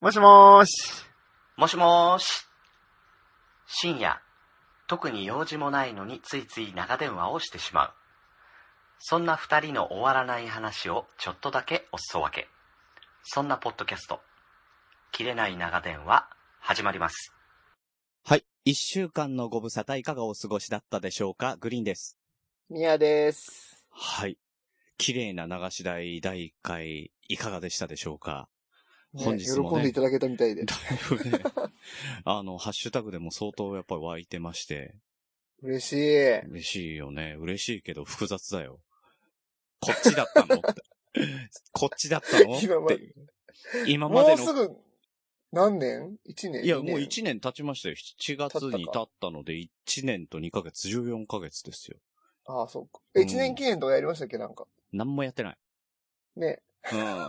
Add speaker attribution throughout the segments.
Speaker 1: もしもーし。
Speaker 2: もしもーし。深夜、特に用事もないのについつい長電話をしてしまう。そんな二人の終わらない話をちょっとだけおすそ分け。そんなポッドキャスト、切れない長電話、始まります。
Speaker 3: はい。一週間のご無沙汰いかがお過ごしだったでしょうかグリーンです。
Speaker 1: みやです。
Speaker 3: はい。綺麗な流し台第1回いかがでしたでしょうか
Speaker 1: ね
Speaker 3: 本日も
Speaker 1: 喜ん
Speaker 3: ね
Speaker 1: でいただけたみたいで。
Speaker 3: だいぶね、 あの、ハッシュタグでも相当やっぱり湧いてまして、
Speaker 1: 嬉しい。
Speaker 3: 嬉しいよね。嬉しいけど複雑だよ。こっちだったのって。 こっちだったの
Speaker 1: 今ま
Speaker 3: っ
Speaker 1: で
Speaker 3: て。今ま
Speaker 1: も
Speaker 3: で
Speaker 1: うす
Speaker 3: の。
Speaker 1: ぐ、何年 ?1 年
Speaker 3: いや、もう
Speaker 1: 一
Speaker 3: 1年経ちましたよ。7月に経ったので、1年と2ヶ月、14ヶ月ですよ。
Speaker 1: ああ、そうか。え、
Speaker 3: うん
Speaker 1: 1年記念とかやりましたっけなんか。
Speaker 3: 何もやってない。
Speaker 1: ね。
Speaker 3: うん。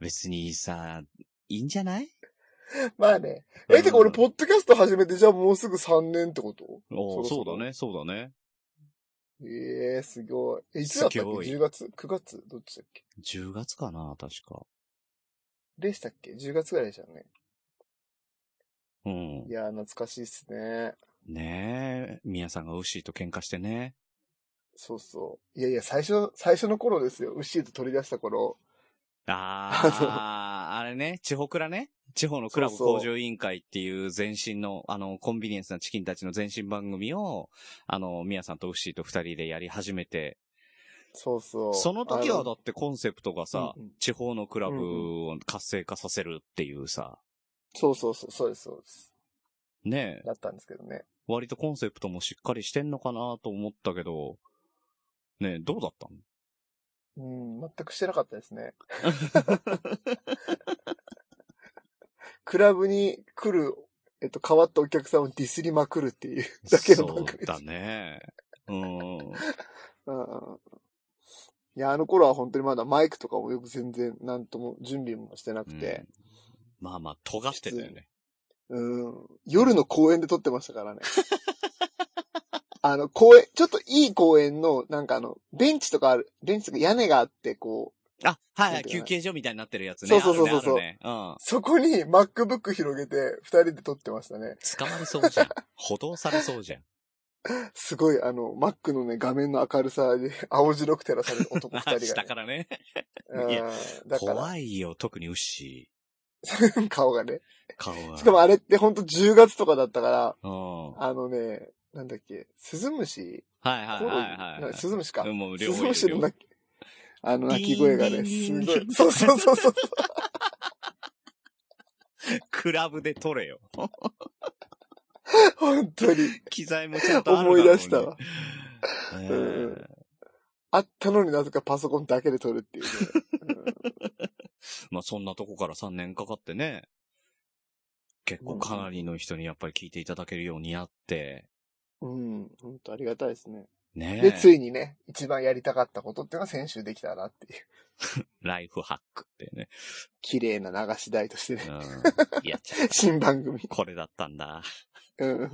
Speaker 3: 別にさ、いいんじゃない
Speaker 1: まあね。え、てか俺、
Speaker 3: うん
Speaker 1: ポッドキャスト始めて、じゃあもうすぐ3年ってこと
Speaker 3: おうそ
Speaker 1: そろそうろ
Speaker 3: だね、そうだね。
Speaker 1: ええー、すごい。え、いつだったっけ
Speaker 3: すごい
Speaker 1: ?10 月 ?9 月どっちだっけ
Speaker 3: 10月かな、確か。
Speaker 1: でしたっけ ?10 月ぐらいでしたよね。
Speaker 3: うん
Speaker 1: い。やー、懐かしいっすね。
Speaker 3: ねえ、宮さんがウッシーと喧嘩してね。
Speaker 1: そうそう。いやいや、最初、最初の頃ですよ。ウッシーと取り出した頃。
Speaker 3: あー、あれね、地方クラね。地方のクラブ
Speaker 1: そうそう
Speaker 3: 向上委員会っていう前身の、あの、コンビニエンスなチキンたちの前身番組を、あの、宮さんとウッシーと二人でやり始めて、
Speaker 1: そうそう。
Speaker 3: その時は
Speaker 1: あ
Speaker 3: だってコンセプトがさ、
Speaker 1: うんうん
Speaker 3: 地方のクラブを活性化させるっていうさ、
Speaker 1: そうそうそう、そうです、そうです。
Speaker 3: ねえ、
Speaker 1: だったんですけどね。
Speaker 3: 割とコンセプトもしっかりしてんのかなと思ったけど、ねえ、どうだったの
Speaker 1: うん、全くしてなかったです ね。クラブに来る、えっと、変わったお客さんをディスりまくるっていう だけの番組
Speaker 3: そうだね。 うん。
Speaker 1: うんいや、あの頃は本当にまだマイクとかもよく全然なんとも準備もしてなく
Speaker 3: う
Speaker 1: て、
Speaker 3: んまあまあ、尖ってたよね。
Speaker 1: うん、夜の公園で撮ってましたからね。 あの、公園、ちょっといい公園の、なんかあの、ベンチとかある、ベンチとか屋根があって、こう、
Speaker 3: あ、はいは
Speaker 1: そう
Speaker 3: い、
Speaker 1: だよね
Speaker 3: 休憩所みたいになってるやつね。
Speaker 1: そうそうそうそう
Speaker 3: あるねあるね。うん。
Speaker 1: そこに MacBook 広げて、二人で撮ってましたね。
Speaker 3: 捕まりそう じゃん。補導されそうじゃん。
Speaker 1: すごい、あの、Mac のね、画面の明るさで、 青白く照らされる 男二人が、ね。
Speaker 3: 下からね。
Speaker 1: うん
Speaker 3: いや
Speaker 1: だから、
Speaker 3: 怖いよ、特に牛。
Speaker 1: 顔がね。
Speaker 3: 顔が。
Speaker 1: しかもあれってほんと10月とかだったから、
Speaker 3: うん。はい
Speaker 1: あのね、なんだっけ、スズムシ
Speaker 3: はい
Speaker 1: コ
Speaker 3: は
Speaker 1: ロリ
Speaker 3: いは。
Speaker 1: ないスズムシか。
Speaker 3: もう
Speaker 1: ス
Speaker 3: 両
Speaker 1: ズ
Speaker 3: 方い
Speaker 1: ムシ
Speaker 3: る
Speaker 1: の
Speaker 3: よ
Speaker 1: 鳴き、あの鳴き声がね、
Speaker 3: ディ
Speaker 1: す
Speaker 3: ーン
Speaker 1: ごい。そうそうそうそう。
Speaker 3: クラブで撮れよ。
Speaker 1: 本当に。
Speaker 3: 機材もちゃんとあるだろ
Speaker 1: 思
Speaker 3: う
Speaker 1: い
Speaker 3: に
Speaker 1: 出し たわ。。
Speaker 3: ね
Speaker 1: うん
Speaker 3: え
Speaker 1: あったのになぜかパソコンだけで撮るっていうね、
Speaker 3: まあそんなとこから3年かかってね、結構かなりの人にやっぱり聞いていただけるようになって、
Speaker 1: うん。うん。本当ありがたいですね。
Speaker 3: ね
Speaker 1: で、ついにね、一番やりたかったことっていうのが先週できたなっていう。
Speaker 3: ライフハックってね。
Speaker 1: 綺麗な流し台としてね。
Speaker 3: うん。やっちゃった。
Speaker 1: 新番組。
Speaker 3: これだったんだ。
Speaker 1: うん。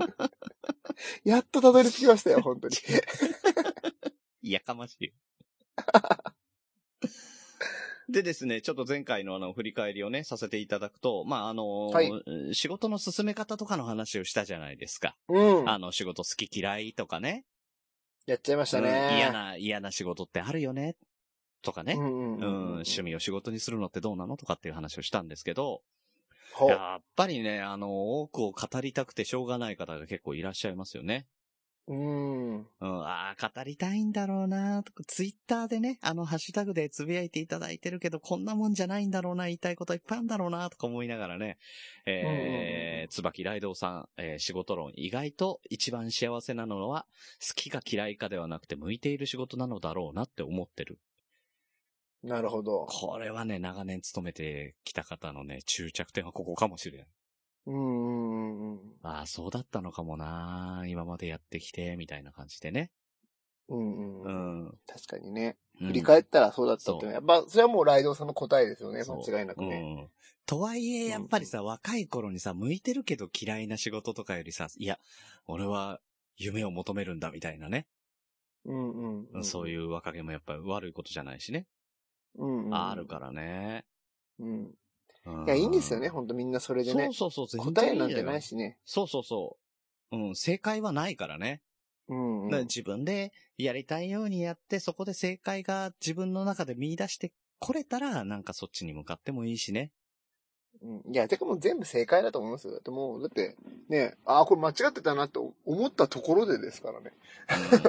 Speaker 1: やっとたどり着きましたよ、本 当に。
Speaker 3: やかまし い。でですね、ちょっと前回のあの、振り返りをね、させていただくと、まあ、あの、
Speaker 1: はい
Speaker 3: 仕事の進め方とかの話をしたじゃないですか。
Speaker 1: うん。
Speaker 3: あの、仕事好き嫌いとかね。
Speaker 1: やっちゃいました
Speaker 3: うん嫌
Speaker 1: ね。
Speaker 3: な、嫌な仕事ってあるよね。とかね。
Speaker 1: うんうん
Speaker 3: う、
Speaker 1: うんんうん。
Speaker 3: 趣味を仕事にするのってどうなのとかっていう話をしたんですけど、
Speaker 1: ほう。
Speaker 3: やっぱりね、あの、多くを語りたくてしょうがない方が結構いらっしゃいますよね。
Speaker 1: うん。
Speaker 3: うん、ああ、語りたいんだろうなとか、ツイッターでね、あの、ハッシュタグでつぶやいていただいてるけど、こんなもんじゃないんだろうな、言いたいことはいっぱいあるんだろうなとか思いながらね、
Speaker 1: うんうんう
Speaker 3: えー、椿ライドウさん、えー仕事論、意外と一番幸せなのは、好きか嫌いかではなくて、向いている仕事なのだろうなって思ってる。
Speaker 1: なるほど。
Speaker 3: これはね、長年勤めてきた方のね、終着点はここかもしれん。
Speaker 1: うんうんうん
Speaker 3: ああ、そうだったのかもな今までやってきて、みたいな感じでね。
Speaker 1: うん。うん
Speaker 3: う
Speaker 1: うん。
Speaker 3: ん。
Speaker 1: 確かにね。
Speaker 3: 振
Speaker 1: 振り返ったらそうだったっていうのは、やっぱ、それはもうライドウさんの答えですよね。
Speaker 3: そう
Speaker 1: 間違いなくね。
Speaker 3: うん。とはいえ、やっぱりさ、若い頃にさ、向いてるけど嫌いな仕事とかよりさ、いや、俺は夢を求めるんだみたいなね。
Speaker 1: うんうんうん。。
Speaker 3: そういうう若気もやっぱり悪いことじゃないしね。
Speaker 1: うんうん。
Speaker 3: あるからね。
Speaker 1: うん。
Speaker 3: うん
Speaker 1: いや、いいんですよね、ほんとみんなそれでね。
Speaker 3: そうそうそう、
Speaker 1: 答えなんてない
Speaker 3: し。
Speaker 1: しね。
Speaker 3: そうそうそう。うん、正解はないからね。
Speaker 1: うん、う
Speaker 3: だから
Speaker 1: ん。
Speaker 3: 自分でやりたいようにやって、そこで正解が自分の中で見出してこれたら、なんかそっちに向かってもいいしね。
Speaker 1: うんいや、てかもう全部正解だと思いますよ。だってもう、だって、ね、ああ、これ間違ってたなって思ったところでですからね。
Speaker 3: うん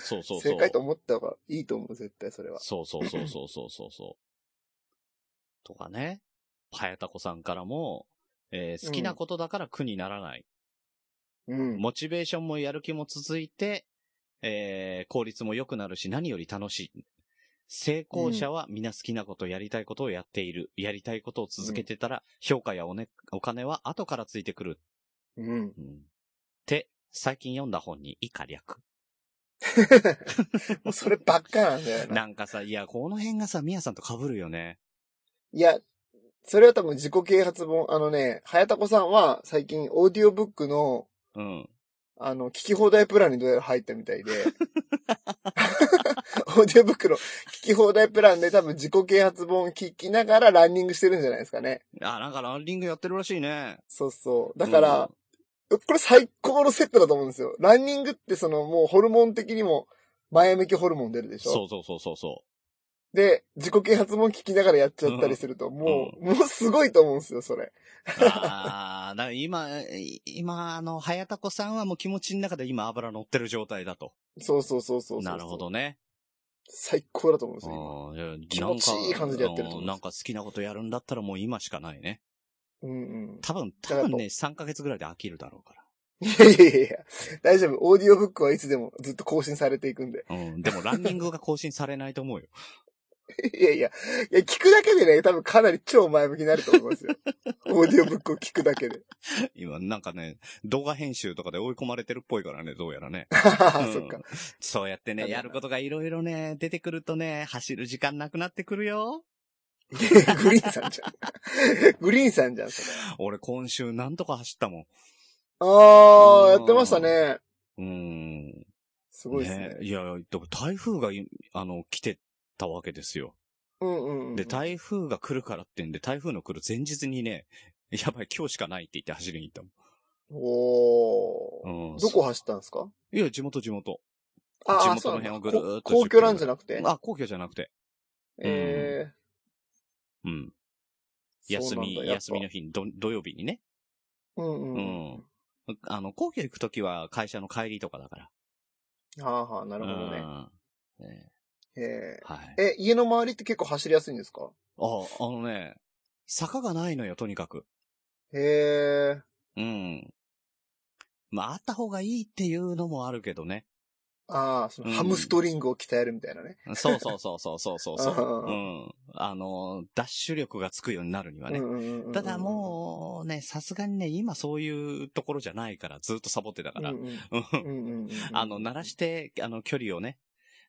Speaker 3: そうそうそう。
Speaker 1: 正解と思った方がいいと思う、絶対それは。
Speaker 3: そうそうそうそうそうそうそう。とかね。はやたこさんからも、えー好きなことだから苦にならない。
Speaker 1: うん。
Speaker 3: モチベーションもやる気も続いて、えー効率も良くなるし、何より楽しい。成功者は皆好きなこと、やりたいことをやっている。やりたいことを続けてたら、評価やお,、ね、お金は後からついてくる。
Speaker 1: うん。
Speaker 3: うん、って、最近読んだ本に以下略。
Speaker 1: もうそればっかなんだよな。
Speaker 3: なんかさ、いや、この辺がさ、みやさんと被るよね。
Speaker 1: いや、それは多分自己啓発本。あのね、はやたこさんは最近オーディオブックの、
Speaker 3: うん。
Speaker 1: あの、聞き放題プランにどうやら入ったみた いで。オーディオブックの聞き放題プランで多分自己啓発本聞きながらランニングしてるんじゃないですかね。
Speaker 3: あ、なんかランニングやってるらしいね。
Speaker 1: そうそう。だから、
Speaker 3: うん
Speaker 1: これ最高のセットだと思うんですよ。ランニングってそのもうホルモン的にも前向きホルモン出るでしょ
Speaker 3: そうそうそうそうそ
Speaker 1: で、自己啓発も聞きながらやっちゃったりすると、もう、もうすごいと思うんですよ、それ。
Speaker 3: う。ああ、だから今、い今、あの、はやたこさんはもう気持ちの中で今油乗ってる状態だと。
Speaker 1: そうそうそうそうそう
Speaker 3: なるほ。どね。
Speaker 1: 最高だと思うんですよ、
Speaker 3: うん
Speaker 1: 気持ちいい感じでやってると思
Speaker 3: う
Speaker 1: います
Speaker 3: んなんか好きなことやるんだったらもう今しかないね。
Speaker 1: 今うんうん。
Speaker 3: 多分、
Speaker 1: だか
Speaker 3: 多
Speaker 1: ら
Speaker 3: 分ね、3ヶ月ぐらいで飽きるだろうか
Speaker 1: いやいやいやいや、大丈夫。オーディオブックはいつでもずっと更新されていくんで。
Speaker 3: ら。うん。でもランニングが更新されないと思うよ。
Speaker 1: いやいや、いや、聞くだけでね、多分かなり超前向きになると思い ますよ。オーディオブックを聞くだけで。
Speaker 3: 今、なんかね、動画編集とかで追い込まれてるっぽいからね、どうや らね。うん
Speaker 1: そっか。
Speaker 3: そうやって
Speaker 1: な
Speaker 3: ね、
Speaker 1: るほど
Speaker 3: やることがいろいろね、出てくるとね、走る時間なくなってくるよ。
Speaker 1: グリーンさんじゃん。グリーンさんじゃん、それ。
Speaker 3: 俺今週なんとか走ったもん。
Speaker 1: あー、やってましたね。
Speaker 3: うーん。
Speaker 1: すごいですね。
Speaker 3: いや、でも台風がい、あの、来てたわけですよ。
Speaker 1: うんうんうん。
Speaker 3: で、台風が来るからってんで、台風の来る前日にね、 やばい、今日しかないって言って走りに行った
Speaker 1: おー。
Speaker 3: もん。うん。
Speaker 1: どこ走ったんですか
Speaker 3: いや、地元地元。
Speaker 1: あ
Speaker 3: 地
Speaker 1: ー
Speaker 3: 元
Speaker 1: そう
Speaker 3: の
Speaker 1: なんだ
Speaker 3: 辺をぐるーっと
Speaker 1: こ公共なんじゃなくて
Speaker 3: あ、皇居じゃなくて。
Speaker 1: え
Speaker 3: うん。
Speaker 1: ー、
Speaker 3: 休
Speaker 1: そうなん
Speaker 3: み、
Speaker 1: だ
Speaker 3: 休み。
Speaker 1: や
Speaker 3: の
Speaker 1: っ
Speaker 3: 日に、ど土曜日にね。
Speaker 1: ぱうんうん。
Speaker 3: う
Speaker 1: うん、
Speaker 3: ん。あの、皇居行くときは会社の帰りとかだから。
Speaker 1: はあはあ、なるほど
Speaker 3: う
Speaker 1: ね。
Speaker 3: んね
Speaker 1: え
Speaker 3: はい。
Speaker 1: ー、え、家の周りって結構走りやすいんですか
Speaker 3: あ、あのね、坂がないのよ、とにかく。
Speaker 1: へえ。
Speaker 3: うん。まあ、あった方がいいっていうのもあるけどね。
Speaker 1: ああ、その
Speaker 3: うん
Speaker 1: ハムストリングを鍛えるみたいなね。
Speaker 3: そうそうそうそうそうそうそ
Speaker 1: うん
Speaker 3: う。うん。あの、ダッシュ力がつくようになるにはね。
Speaker 1: うんうんうんうん
Speaker 3: ただもうね、さすがにね、今そういうところじゃないから、ずっとサボってた
Speaker 1: う
Speaker 3: か
Speaker 1: ん
Speaker 3: ら。
Speaker 1: うん、
Speaker 3: うん
Speaker 1: うんうんうん
Speaker 3: あの、鳴らして、あの、距離をね、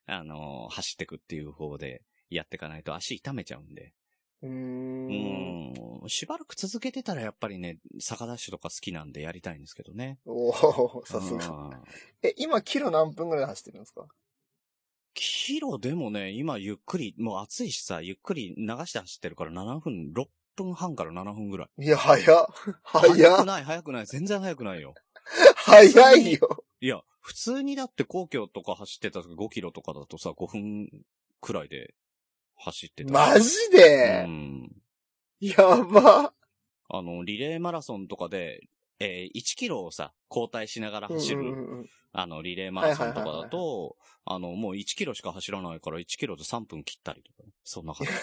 Speaker 3: あの、走ってくっていう方でやっていかないと足痛めちゃうんで。
Speaker 1: うー。
Speaker 3: うんん。しばらく続けてたらやっぱりね、坂ダッシュとか好きなんでやりたいんですけどね。
Speaker 1: おおさすが。
Speaker 3: うん
Speaker 1: え、今、キロ何分ぐらいで走ってるんですか
Speaker 3: キロでもね、今ゆっくり、もう暑いしさ、ゆっくり流して走ってるから7分、6分半から7分ぐらい。
Speaker 1: いや、早っ。早
Speaker 3: く
Speaker 1: っ。
Speaker 3: ない、早くない、全然早くないよ。
Speaker 1: 早 いよ。
Speaker 3: いや、普通にだって皇居とか走ってた時5キロとかだとさ、5分くらいで走ってた。
Speaker 1: マジ
Speaker 3: う
Speaker 1: で、
Speaker 3: ん。
Speaker 1: やば。
Speaker 3: あの、リレーマラソンとかで、えー1キロをさ、交代しながら走る、
Speaker 1: うんうんうん
Speaker 3: あの、リレーマラソンとか
Speaker 1: はいは
Speaker 3: だ
Speaker 1: いはい
Speaker 3: と、あの、もう1キロしか走らないから1キロで3分切ったりとかね、そんな感じ。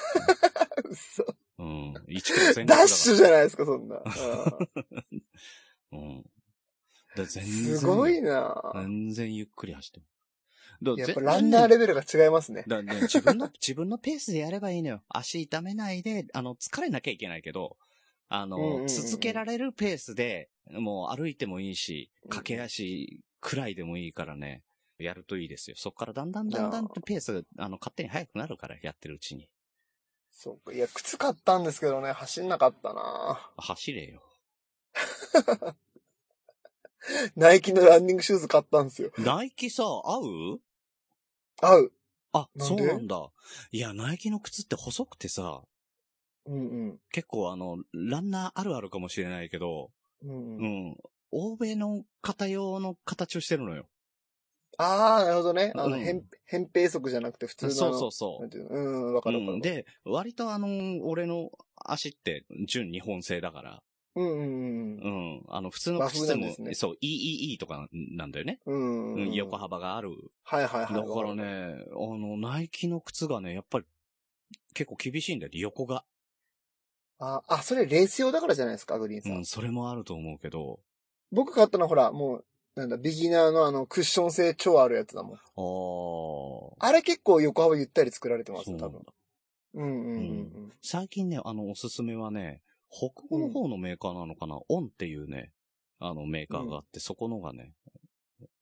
Speaker 1: 嘘
Speaker 3: うん。1キロ1500だから
Speaker 1: ダッシュじゃないですか、そんな。う
Speaker 3: うん。だ全
Speaker 1: ん
Speaker 3: 然。
Speaker 1: すごいな
Speaker 3: 全然ゆっくり走ってる。
Speaker 1: やっぱランナーレベルが違いますね。
Speaker 3: だ、ね、自分の、 自分のペースでやればいいのよ。足痛めないで、あの、疲れなきゃいけないけど、あの、
Speaker 1: うんうんうん
Speaker 3: 続けられるペースで、もう歩いてもいいし、駆け足くらいでもいいからね、やるといいですよ。そこからだんだんだんだんってペースが、あの、勝手に速くなるから、やってるうちに。
Speaker 1: そうか。いや、靴買ったんですけどね、走んなかったな
Speaker 3: 走れ よ。
Speaker 1: ナイキのランニングシューズ買ったんですよ。
Speaker 3: ナイキさ、合う
Speaker 1: 合う。
Speaker 3: あ、
Speaker 1: なん
Speaker 3: そう
Speaker 1: で
Speaker 3: なんだ。いや、ナイキの靴って細くてさ、
Speaker 1: うん
Speaker 3: 結構あの、ランナーあるあるかもしれないけど、
Speaker 1: うん。うん
Speaker 3: う
Speaker 1: うん。
Speaker 3: ん。欧米の方用の形をしてるのよ。
Speaker 1: ああ、なるほどね。あの、
Speaker 3: うん
Speaker 1: 扁扁平足じゃなくて普通
Speaker 3: そう
Speaker 1: の。
Speaker 3: そううそう
Speaker 1: なん
Speaker 3: う。
Speaker 1: ていうのうん、わかるわか
Speaker 3: う
Speaker 1: る。
Speaker 3: ん、、で、割とあの、俺の足って純日本製だから、
Speaker 1: うんうん
Speaker 3: う
Speaker 1: うん。
Speaker 3: ん。あの、普通の
Speaker 1: 和風
Speaker 3: 靴で
Speaker 1: な
Speaker 3: も
Speaker 1: んです、ね
Speaker 3: そう、EEE とかなんだよね。
Speaker 1: うん
Speaker 3: う、
Speaker 1: うんん。
Speaker 3: 横。幅がある。
Speaker 1: はいはい
Speaker 3: だ
Speaker 1: は
Speaker 3: か
Speaker 1: い。
Speaker 3: らね、あの、ナイキの靴がね、やっぱり、結構厳しいんだよね、横が。
Speaker 1: あ、あ、それレース用だからじゃないですか、グリーン
Speaker 3: う
Speaker 1: さん。
Speaker 3: ん、それもあると思うけど、
Speaker 1: 僕買ったのはほら、もう、なんだ、ビギナーのあの、クッション性超あるやつだもん。
Speaker 3: ああ、そ
Speaker 1: あれ結構横幅ゆったり作られてます
Speaker 3: う
Speaker 1: よ、
Speaker 3: な
Speaker 1: 多
Speaker 3: んだ
Speaker 1: 分。。うんうんうん
Speaker 3: 最近ね、あの、おすすめはね、北欧の方のメーカーなのかな、オンっていうね、あの、メーカーがあって、そこのがね、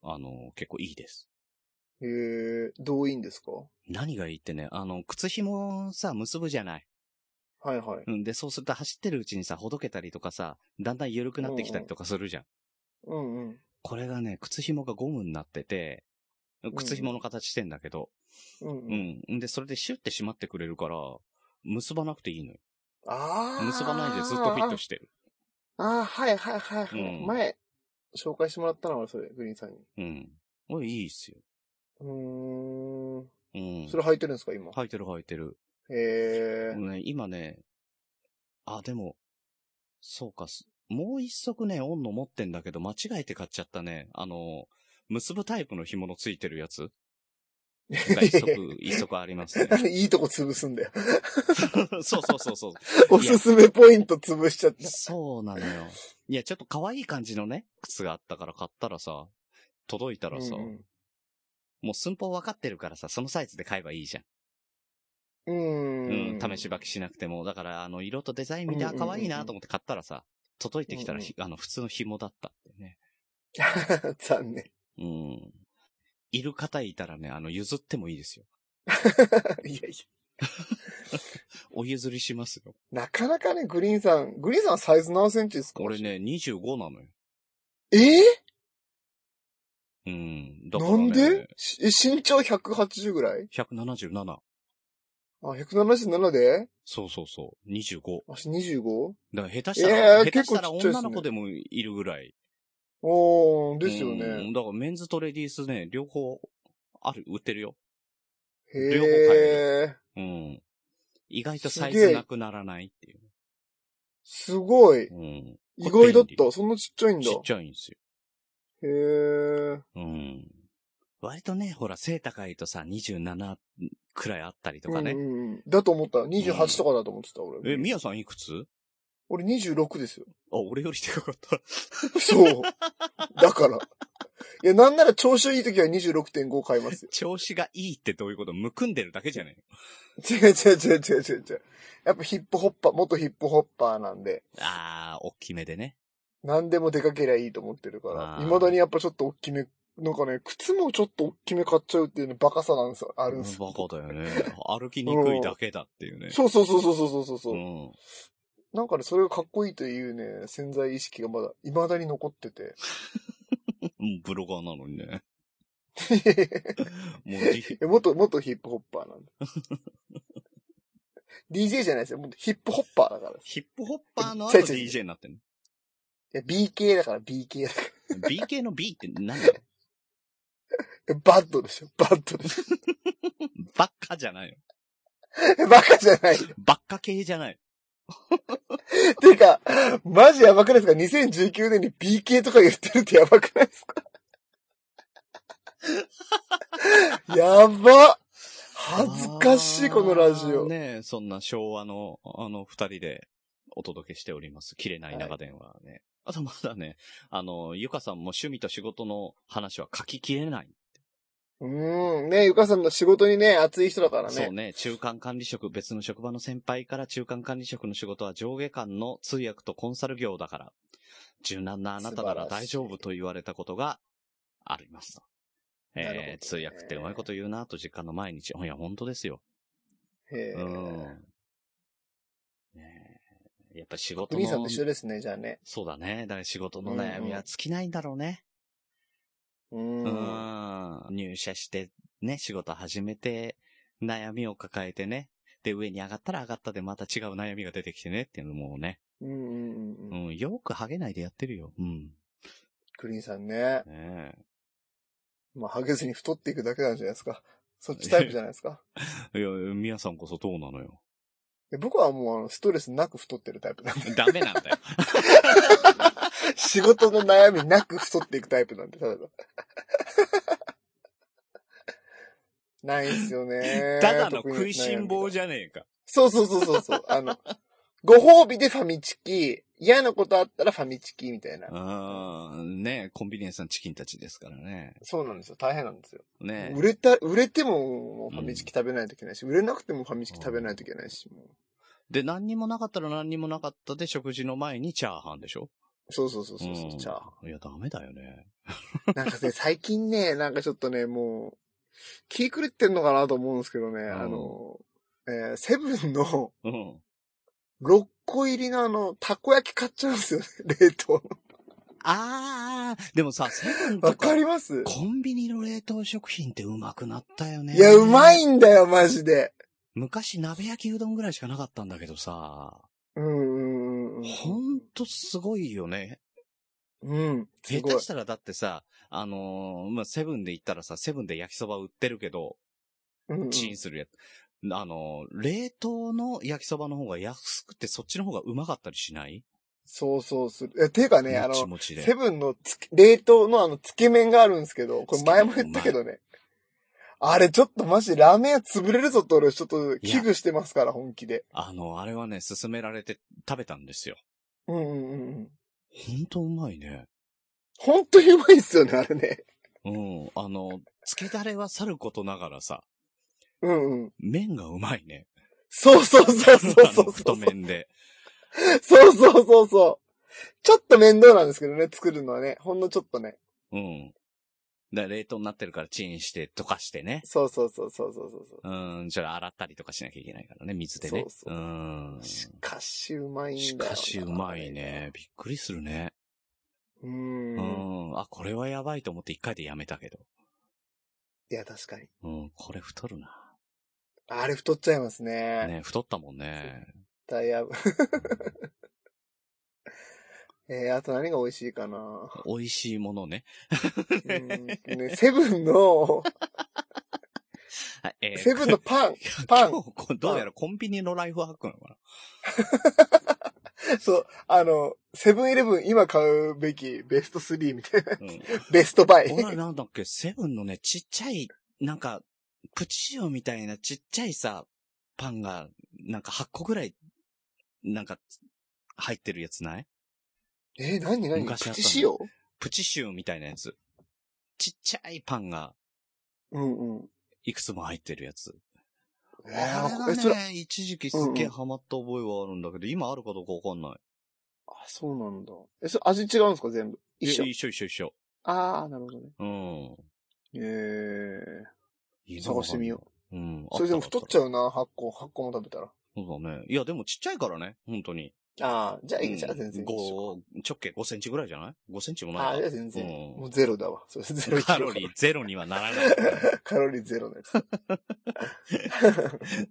Speaker 3: あの、結構いいです。
Speaker 1: うん。へえ、どういいんですか
Speaker 3: 何がいいってね、あの、靴紐をさ、結ぶじゃない。
Speaker 1: はいはい。
Speaker 3: うん、で、そうすると走ってるうちにさ、ほどけたりとかさ、だんだん緩くなってきたりとかするじゃん。
Speaker 1: うんうん。
Speaker 3: これがね、靴紐がゴムになってて、靴紐の形してんだけど、
Speaker 1: うんう。
Speaker 3: うんん。んで、それでシュッて締まってくれるから、結ばなくていいのよ。
Speaker 1: ああ。
Speaker 3: 結ばないでずっとフィットしてる。
Speaker 1: ああ、はいはいはいはい。
Speaker 3: うん
Speaker 1: 前、紹介してもらったのはそれ、グリーンさんに。
Speaker 3: うん。これいいっすよ。
Speaker 1: うーん。
Speaker 3: うん。
Speaker 1: それ履いてるんですか、今。
Speaker 3: 履いてる履いてる。
Speaker 1: へえ。
Speaker 3: ね、今ね、あ、でも、そうか、すもう一足ね、オンの持ってんだけど、間違えて買っちゃったね。あの、結ぶタイプの紐のついてるやつが一 足、一足ありますね。
Speaker 1: いいとこ潰すんだよ。
Speaker 3: そうそうそうそう。
Speaker 1: おすすめポイント潰しちゃった。
Speaker 3: そうなのよ。いや、ちょっと可愛い感じのね、靴があったから買ったらさ、届いたらさ、
Speaker 1: うん
Speaker 3: もう寸法分かってるからさ、そのサイズで買えばいいじゃん。
Speaker 1: うん。
Speaker 3: うん、
Speaker 1: うん
Speaker 3: 試し履きしなくても。だから、あの、色とデザイン見て、あ、可愛いなと思って買ったらさ、届いてきたらひ、あの、普通の紐だったってね。
Speaker 1: 残念。
Speaker 3: うん。いる方いたらね、あの、譲ってもいいですよ。
Speaker 1: いやいや。
Speaker 3: お譲りしますよ。
Speaker 1: なかなかね、グリーンさん、グリーンさんはサイズ何センチですか
Speaker 3: 俺。ね、25なのよ。
Speaker 1: えー
Speaker 3: うん。だから
Speaker 1: な
Speaker 3: ね、
Speaker 1: んでし身長180ぐらい
Speaker 3: ?177。
Speaker 1: あ、177で
Speaker 3: そうそうそう。25。
Speaker 1: 私 25?
Speaker 3: だから下手したら、
Speaker 1: えー
Speaker 3: 下手したら
Speaker 1: 結構ちっちゃいっすね
Speaker 3: 女の子でもいるぐらい。
Speaker 1: おー、ですよね。
Speaker 3: うんだからメンズとレディースね、両方、ある、売ってるよ。両方買え
Speaker 1: へー。
Speaker 3: うん。意外とサイ
Speaker 1: す
Speaker 3: ズ
Speaker 1: げえ
Speaker 3: なくならないっていう。
Speaker 1: すごい。
Speaker 3: うん。
Speaker 1: 意外だっ
Speaker 3: これ便
Speaker 1: た。そんなちっちゃいん
Speaker 3: 利
Speaker 1: だ。
Speaker 3: ちっちゃいんですよ。
Speaker 1: へー。
Speaker 3: うん。割とね、ほら、背高いとさ、27くらいあったりとか
Speaker 1: う
Speaker 3: ね。
Speaker 1: んうんうんだと思った。28とかだと思ってた、俺。
Speaker 3: え、みやさんいくつ
Speaker 1: 俺26ですよ。
Speaker 3: あ、俺より高かった。
Speaker 1: そう。だから。いや、なんなら調子いい時は26.5買いますよ。
Speaker 3: 調子がいいってどういうことむくんでるだけじゃない
Speaker 1: 違う違う違う違う違う違う。やっぱヒップホッパー、元ヒップホッパーなんで、
Speaker 3: あー、大きめでね。
Speaker 1: 何でも出かけりゃいいと思ってるから
Speaker 3: あ、ー
Speaker 1: 未だにやっぱちょっと大きめ、なんかね、靴もちょっと大きめ買っちゃうっていうね、バカさなんですよ、あるんですよ。
Speaker 3: バカだよ ね。歩きにくいだけだっていうね。
Speaker 1: そうそうそうそうそうそうそう。
Speaker 3: うん。
Speaker 1: なんかね、それがかっこいいというね、潜在意識がまだ、未だに残ってて。
Speaker 3: うんブロガーなのにね。もう じ、
Speaker 1: え、元、元ヒップホッパーなんだ。DJ じゃないですよ。元ヒップホッパーだから。い
Speaker 3: ヒップホッパーの
Speaker 1: 違
Speaker 3: 後
Speaker 1: う違う違う
Speaker 3: DJ になってん
Speaker 1: や、BK だから BK だか
Speaker 3: の。BK の B って何だろう
Speaker 1: ら。バッドでしょ。バッドでし
Speaker 3: バッカじゃないよ。
Speaker 1: ょ。バカじゃない。
Speaker 3: バッカ系じゃない。
Speaker 1: てか、マジやばくないですか ?2019 年に BK とか言ってるってやばくないですかやば恥ずかしい、このラジ
Speaker 3: あー
Speaker 1: オ。
Speaker 3: ねえそんな昭和の、あの、二人でお届けしております。切れない長電話ね。あとまだね、あの、ゆかさんも趣味と仕事の話は書ききれない。
Speaker 1: うーん。ね、ゆかさんの仕事にね、熱い人だから
Speaker 3: そう
Speaker 1: ね。
Speaker 3: ね、中間管理職、別の職場の先輩から中間管理職の仕事は上下間の通訳とコンサル業だから、柔軟なあなたなら大丈夫と言われたことがあります。
Speaker 1: なるほど
Speaker 3: えー、
Speaker 1: ね
Speaker 3: 通訳ってうまいこと言うなと実感の毎日。いや、本当ですよ。
Speaker 1: へ
Speaker 3: う
Speaker 1: ー
Speaker 3: ん。ねえやっぱ仕事
Speaker 1: お兄さん
Speaker 3: の
Speaker 1: と、一緒ですね、じゃあね。
Speaker 3: そうだね。だから仕事の
Speaker 1: う
Speaker 3: 悩
Speaker 1: んうん
Speaker 3: みは尽きないんだろうね。
Speaker 1: う。
Speaker 3: うんん。入社して、ね、仕事始めて、悩みを抱えてね、で、上に上がったら上がったでまた違う悩みが出てきてねっていうのもね。
Speaker 1: うんうんうん
Speaker 3: う
Speaker 1: うん。
Speaker 3: ん、よくハゲないでやってるよ。うん。
Speaker 1: クリーンさんね。
Speaker 3: ね
Speaker 1: まあ、ハゲずに太っていくだけなんじゃないですか。そっちタイプじゃないで すか。
Speaker 3: え。いや、みやさんこそどうなのよ。
Speaker 1: で僕はもうあの、ストレスなく太ってるタイプなんで。
Speaker 3: ダメなん だよ。
Speaker 1: 仕事の悩みなく太っていくタイプなんで、ただの。ないんすよね。
Speaker 3: ただの
Speaker 1: 特に
Speaker 3: 食いしん坊
Speaker 1: 悩みが
Speaker 3: じゃねえか。
Speaker 1: そうそうそうそうそう。あの、ご褒美でファミチキ、嫌なことあったらファミチキみたいな。
Speaker 3: うん、ねえコンビニエンスのチキンたちですからね。
Speaker 1: そうなんですよ。大変なんですよ。
Speaker 3: ねえ
Speaker 1: 売れた、売れてももうファミチキ食べないといけないし、売れなくてもファミチキ食べないといけないし、もう
Speaker 3: で、何にもなかったら何にもなかったで、食事の前にチャーハンでしょ
Speaker 1: そうそうそうそうそう、
Speaker 3: ん
Speaker 1: チャーハン。
Speaker 3: いや、ダメだよね。
Speaker 1: なんかね、最近ね、なんかちょっとね、もう、気狂ってんのかなと思うんですけどね、
Speaker 3: ん
Speaker 1: あの、えーセブンの
Speaker 3: うん。
Speaker 1: 6個入りのあの、たこ焼き買っちゃうんですよね、 冷凍の。
Speaker 3: あー、でもさ、セブン
Speaker 1: わ
Speaker 3: とか
Speaker 1: か、ります
Speaker 3: コンビニの冷凍食品ってうまくなったよね。
Speaker 1: いや、うま
Speaker 3: い
Speaker 1: いんだよ、マジで。
Speaker 3: 昔鍋焼きうどんぐらいしかなかったんだけどさ、
Speaker 1: うんうんうんうん。
Speaker 3: ほんとすごいよね。
Speaker 1: うん。す
Speaker 3: 下
Speaker 1: ごい
Speaker 3: 手し。たらだってさ、あのーまあ、セブンで行ったらさ、セブンで焼きそば売ってるけど、
Speaker 1: うんうん
Speaker 3: チンするやつ。あのー冷凍の焼きそばの方が安くて、そっちの方がうまかったりしない
Speaker 1: そうそうする。え、ていうかね、あ
Speaker 3: もち
Speaker 1: の、
Speaker 3: もちで。
Speaker 1: セブンのつけ冷凍のあの、つけ麺があるんですけど、これ前も言ったけどね。あれちょっとマジラーメン屋潰れるぞと俺ちょっと危惧してますから、本気で。
Speaker 3: あの、あれはね、勧められて食べたんですよ。
Speaker 1: うんうんうんうん。
Speaker 3: ほんとうまいね。
Speaker 1: 本当にうまいっすよね、あれね。
Speaker 3: うん。あの、つけだれはさることながらさ、
Speaker 1: うんうん。
Speaker 3: 麺がうまいね。
Speaker 1: そうそう そうそうそうそ
Speaker 3: あの
Speaker 1: う。
Speaker 3: 太麺で。
Speaker 1: そうそうそうそう。ちょっと面倒なんですけどね、作るのはね。ほんのちょっとね。
Speaker 3: うん。だから冷凍になってるからチンして、溶かしてね。
Speaker 1: そうそうそうそうそうそうそう。
Speaker 3: うん、ちょっと洗ったりとかしなきゃいけないからね、水でね。
Speaker 1: そうそう
Speaker 3: うん。
Speaker 1: しかしうまいんだよ
Speaker 3: し
Speaker 1: な
Speaker 3: かしうまいね。。びっくりするね。
Speaker 1: う。
Speaker 3: うんん。あ、これはやばいと思って一回でやめたけど。
Speaker 1: いや、確かに。
Speaker 3: うん、これ太るな。
Speaker 1: あれ太っちゃいますね。
Speaker 3: ね、太ったもんね。
Speaker 1: ダイヤ。 えー、あと何が美味しいかな
Speaker 3: 美味しいものね。
Speaker 1: うんね、セブンの、
Speaker 3: はい、 えー
Speaker 1: セブンのパン、パン
Speaker 3: 今日こうどうやらコンビニのライフハックなのか
Speaker 1: そう、あの、セブンイレブン今買うべきベスト3みたいな。
Speaker 3: な。うん。
Speaker 1: ベストバ イ。
Speaker 3: 俺なんだっけ、セブンのね、ちっちゃい、なんか、プチオみたいなちっちゃいさ、パンが、なんか8個ぐらい、なんか、入ってるやつない
Speaker 1: えー、何何
Speaker 3: 昔あった
Speaker 1: プ
Speaker 3: の
Speaker 1: チ仕様
Speaker 3: プチシューみたいなやつ。ちっちゃいパンが、
Speaker 1: うんうん。
Speaker 3: いくつも入ってるやつ。
Speaker 1: え
Speaker 3: あれ
Speaker 1: ー、え、そ
Speaker 3: が
Speaker 1: れ、あ、
Speaker 3: ね、一時期すっげえハマった覚えはあるんだけど、今あるかどうかわかんない。
Speaker 1: そうなんだ。え、それ味違うんですか全部。一緒
Speaker 3: え。一緒一緒一緒。
Speaker 1: あー、なるほどね。
Speaker 3: うん。
Speaker 1: えー、
Speaker 3: 今
Speaker 1: 探してみよ
Speaker 3: う。うん。
Speaker 1: それでも太っち
Speaker 3: ゃ
Speaker 1: ゃうな、8個。8個も食べたら。
Speaker 3: う。そうだね。いや、でもちっちゃいからね、本当に。
Speaker 1: あー、じゃあ、
Speaker 3: うん
Speaker 1: じゃあ全然一緒。
Speaker 3: ご直径5センチぐらいじゃない ?5 センチも
Speaker 1: あ
Speaker 3: な
Speaker 1: ー、
Speaker 3: い
Speaker 1: じ
Speaker 3: か
Speaker 1: ゃあ全然。
Speaker 3: うん
Speaker 1: もうゼロだわ。それゼロ
Speaker 3: カロリーゼロにはならない。
Speaker 1: ー。 カロリーゼロのやつ。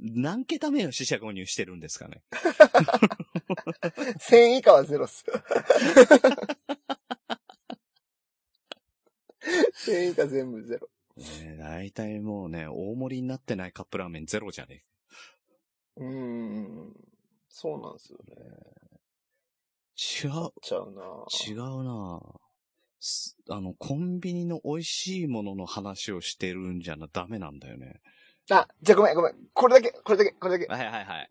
Speaker 3: 何桁目の死者購入してるんですかね。
Speaker 1: 1000以下はゼロ っす。1000以下全部ゼロ。
Speaker 3: ねえ大体もうね、大盛りになってないカップラーメンゼロじゃね
Speaker 1: うーん。そうなんですよね。
Speaker 3: 違う、
Speaker 1: ちゃうな
Speaker 3: 違うなぁすあの、コンビニの美味しいものの話をしてるんじゃな、ダメなんだよね。
Speaker 1: あ、じゃあごめんごめん。これだけ、これだけ、これだけ。
Speaker 3: はいはいはい。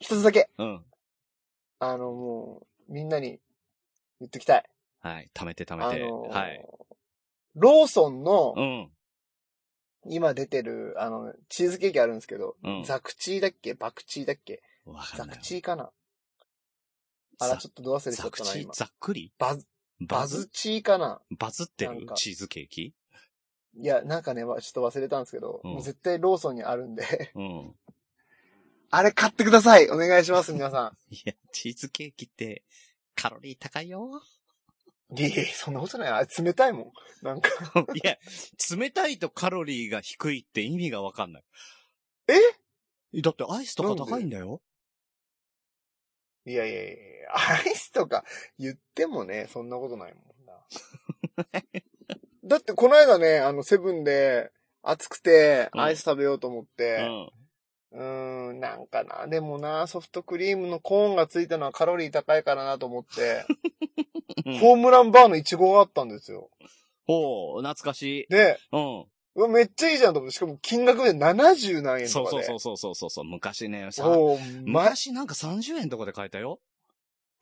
Speaker 1: 一つだけ。
Speaker 3: うん。
Speaker 1: あの、もう、みんなに言っときたい。
Speaker 3: はい。貯めて貯
Speaker 1: あ
Speaker 3: め
Speaker 1: の
Speaker 3: て。
Speaker 1: ー
Speaker 3: はい。
Speaker 1: ローソンの
Speaker 3: う、ん。
Speaker 1: 今出てる、あの、チーズケーキあるんですけど、
Speaker 3: うん
Speaker 1: ザクチーだっけバクチーだっけ
Speaker 3: わか
Speaker 1: ザ
Speaker 3: んない
Speaker 1: ク。チーかなあら、ちょっとど忘れしちゃ
Speaker 3: ざ
Speaker 1: っ
Speaker 3: く
Speaker 1: たな、
Speaker 3: ち
Speaker 1: 今、。
Speaker 3: ざっくり
Speaker 1: バズ、
Speaker 3: バ
Speaker 1: バ
Speaker 3: ズ
Speaker 1: ズ、チーかな
Speaker 3: バズって
Speaker 1: なん
Speaker 3: る
Speaker 1: か
Speaker 3: チーズケーキ
Speaker 1: いや、なんかね、わちょっと忘れたんですけど、
Speaker 3: うん
Speaker 1: もう絶対ローソンにあるんで、
Speaker 3: うん。
Speaker 1: あれ買ってくださいお願いします、皆さ
Speaker 3: いや、チーズケーキって、カロリー高いよ。
Speaker 1: ん。いえいえ、そんなことない。あれ冷たいもん。なんか。
Speaker 3: いや、冷たいとカロリーが低いって意味がわかんない。
Speaker 1: え
Speaker 3: えだってアイスとか高いんだよ。
Speaker 1: いやいやいやいや、アイスとか言ってもね、そんなことないもん な。だってこの間ね、あの、セブンで、暑くて、
Speaker 3: うん
Speaker 1: アイス食べようと思っ
Speaker 3: う
Speaker 1: て、
Speaker 3: ん。
Speaker 1: うーん、んなんかな、でもな、ソフトクリームのコーンがついたのはカロリー高いからなと 思って、ホームランバーのイチゴがあったんですよ。
Speaker 3: おお懐かしい。
Speaker 1: で、
Speaker 3: うん。
Speaker 1: うわめっちゃいいじゃんと思って、しかも金額で70何円
Speaker 3: そ
Speaker 1: と
Speaker 3: う
Speaker 1: か
Speaker 3: そう
Speaker 1: で。
Speaker 3: そうそうそうそうそう。昔ね、さ、
Speaker 1: おーま、
Speaker 3: 昔なんか30円とかで買えたよ。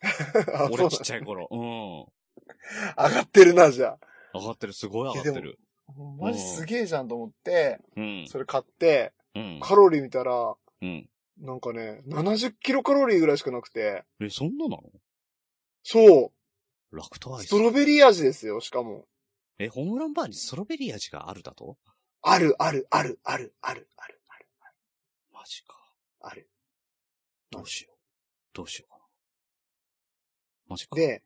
Speaker 1: あそうな
Speaker 3: 俺
Speaker 1: ん
Speaker 3: ちっちゃい頃。う
Speaker 1: 上がってるな、じゃあ。
Speaker 3: ん。上がってる、すごい上がってる。
Speaker 1: マジすげえじゃんと思って、
Speaker 3: うん。
Speaker 1: それ買って、
Speaker 3: うん。
Speaker 1: カロリー見たら、
Speaker 3: うん。
Speaker 1: なんかね、70キロカロリーぐらいしかなくて、
Speaker 3: え、そんななの
Speaker 1: そ
Speaker 3: ラクト
Speaker 1: う、
Speaker 3: アイ
Speaker 1: ス
Speaker 3: ス
Speaker 1: ト。ロベリー味ですよ、しかも。
Speaker 3: え、ホームランバーにストロベリー味があるだと
Speaker 1: ある、ある、ある、ある、ある、ある、ある、
Speaker 3: マジか。
Speaker 1: ある。
Speaker 3: どうしよう。どうしようかな。マジか。
Speaker 1: で、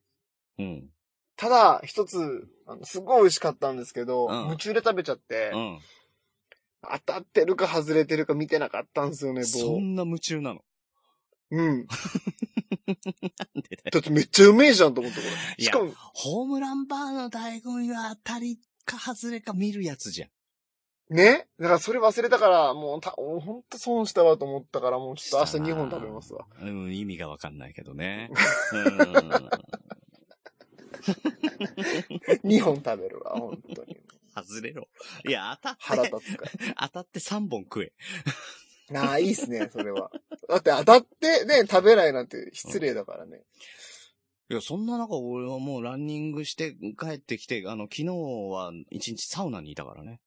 Speaker 3: うん。
Speaker 1: ただ、一つ、あのすごい美味しかったんですけど、
Speaker 3: うん
Speaker 1: 夢中で食べちゃって、
Speaker 3: うん。
Speaker 1: 当たってるか外れてるか見てなかったんですよね、
Speaker 3: そ
Speaker 1: 棒。
Speaker 3: んな夢中なの。
Speaker 1: うん。
Speaker 3: なんでだよ
Speaker 1: だってめっちゃうめえじゃんと思って、こ
Speaker 3: い
Speaker 1: れ。
Speaker 3: や
Speaker 1: しかも、
Speaker 3: ホームランバーの醍醐味は当たりか外れか見るやつじゃん。
Speaker 1: ねだからそれ忘れたから、もうた、もうほんと損したわと思ったから、もうちょっと明日2本食べますわ。
Speaker 3: うん、意味がわかんないけどね。うん。
Speaker 1: 2本食べるわ、ほんとに。
Speaker 3: 外れろ。いや、当た
Speaker 1: 腹
Speaker 3: って、
Speaker 1: 立つか
Speaker 3: 当
Speaker 1: ら。
Speaker 3: たって3本食え。
Speaker 1: なあ、いいっすね、それは。だって当たってね、食べないなんて失礼だからね。
Speaker 3: いや、そんな中俺はもうランニングして帰ってきて、あの、昨日は1日サウナにいたからね。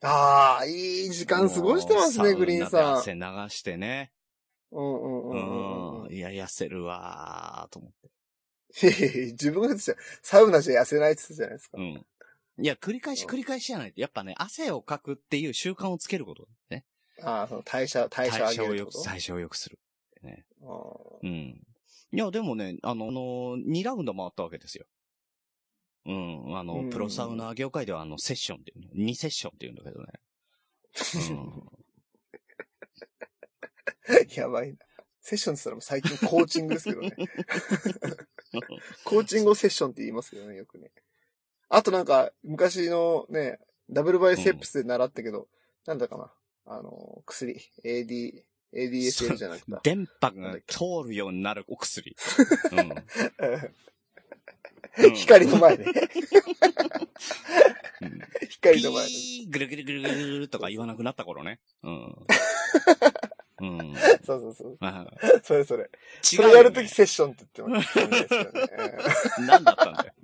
Speaker 1: ああ、いい時間過ごしてます
Speaker 3: もうサウナ
Speaker 1: ね、
Speaker 3: で
Speaker 1: グリーンさん。
Speaker 3: 汗流してね。
Speaker 1: うんうん
Speaker 3: う
Speaker 1: うんうんうん
Speaker 3: ん。。いや、痩せるわーと思って。
Speaker 1: いやいやいや自分が言ってたサウナじゃ痩せないって言ってたじゃないですか。
Speaker 3: うん。いや、繰り返し繰り返しじゃないと。やっぱね、汗をかくっていう習慣をつけることだね。
Speaker 1: ああ、その代謝、代謝上げる
Speaker 3: を
Speaker 1: って
Speaker 3: 良
Speaker 1: こ
Speaker 3: く、代謝を良くする。
Speaker 1: と
Speaker 3: うん。いや、でもね、あの、あの2ラウンド回ったわけですよ。うん。あ
Speaker 1: う
Speaker 3: の、
Speaker 1: ん
Speaker 3: プロサウナー業界では、あの、セッションっていうの、2セッションっていうんだけどね。
Speaker 1: ああ やばいな。セッションって言ったらもう最近コーチングですけどね。コーチングをセッションって言いますけどね、よくね。あとなんか、昔のね、ダブルバイセップスで習ったけど、なんだかな。あの、薬、AD、ADSL じゃなくて
Speaker 3: うん。。電波が通るようになるお 薬。うんうん
Speaker 1: 光の前で。
Speaker 3: うん
Speaker 1: 光の前で。
Speaker 3: ピーぐるぐるぐるぐるぐるとか言わなくなった頃ね。うん。うん。
Speaker 1: そうそうそう。
Speaker 3: あ
Speaker 1: それそれ。
Speaker 3: 違
Speaker 1: そう
Speaker 3: よね
Speaker 1: れやるときセッションって言ってましたよね。
Speaker 3: 何だったんだよ。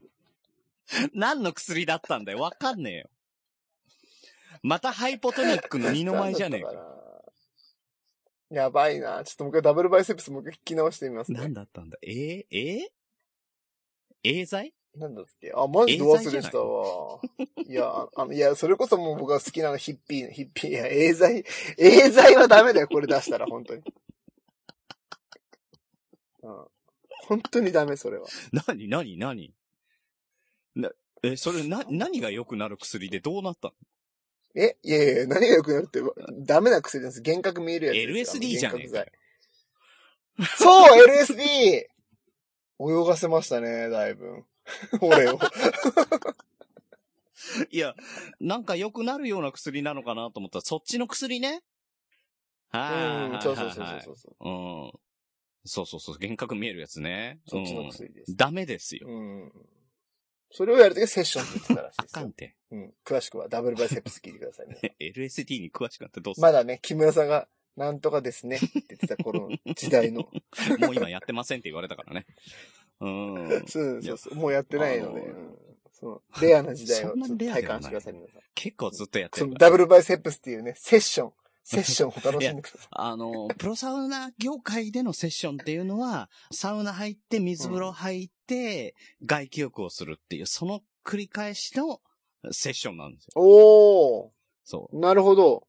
Speaker 3: 何の薬だったんだよ。わかんねえよ。またハイポトニックの二の舞じゃねえ
Speaker 1: か
Speaker 3: か。
Speaker 1: な。やばいな。ちょっともう一回ダブルバイセップスもう一回聞き直してみますね。
Speaker 3: 何だったんだえー、えー、エー剤
Speaker 1: なんだっけあ、マジで忘れしたわ。いや、あの、いや、それこそもう僕が好きなのヒッピー、ヒッピー、いや、エーザイ、エーザイはダメだよ、これ出したら、本当に。うん。本当にダメ、それは。
Speaker 3: 何何何な、え、それな、何が良くなる薬でどうなったの
Speaker 1: えいやいや、何が良くなるって、ダメな薬なんです。幻覚見えるやつですよ。
Speaker 3: ?LSD じゃねえ
Speaker 1: 幻覚
Speaker 3: かよ
Speaker 1: 剤。そう !LSD! 泳がせましたね、だいぶ。 俺を。
Speaker 3: いや、なんか良くなるような薬なのかなと思ったら、そっちの薬ね。は
Speaker 1: う
Speaker 3: い
Speaker 1: ん、そうそうそう
Speaker 3: はいはい
Speaker 1: そうそう。
Speaker 3: うん。そうそうそう、幻覚見えるやつね。
Speaker 1: そっちの薬です
Speaker 3: うん。。ダメですよ。
Speaker 1: うん。それをやるときはセッションって言ってたらしい
Speaker 3: あ
Speaker 1: です
Speaker 3: かんっ
Speaker 1: よ。
Speaker 3: て。
Speaker 1: うん。詳しくはダブルバイセップス聞いてくださいね。
Speaker 3: LSD に詳しくなってどうする、
Speaker 1: まだね、木村さんが、なんとかですね、って言ってた頃の時代の。
Speaker 3: もう今やってませんって言われたからね。うん。
Speaker 1: そうそうそう。もうやってないので。
Speaker 3: あのー
Speaker 1: うんそのレアな時代を
Speaker 3: そんな
Speaker 1: ちょっと
Speaker 3: レア
Speaker 1: 体
Speaker 3: ではない
Speaker 1: 感してください、皆さん。
Speaker 3: 結構ずっとやって
Speaker 1: そ
Speaker 3: る
Speaker 1: の
Speaker 3: から。
Speaker 1: ダブルバイセップスっていうね、セッション。セッションを楽しんでくださ
Speaker 3: あの、プロサウナ業界でのセッションっていうのは、サウナ入って、水風呂入って、外気浴をするっていう、その繰り返しのセッションなんですよ。
Speaker 1: い。おー、
Speaker 3: そう。
Speaker 1: なるほど。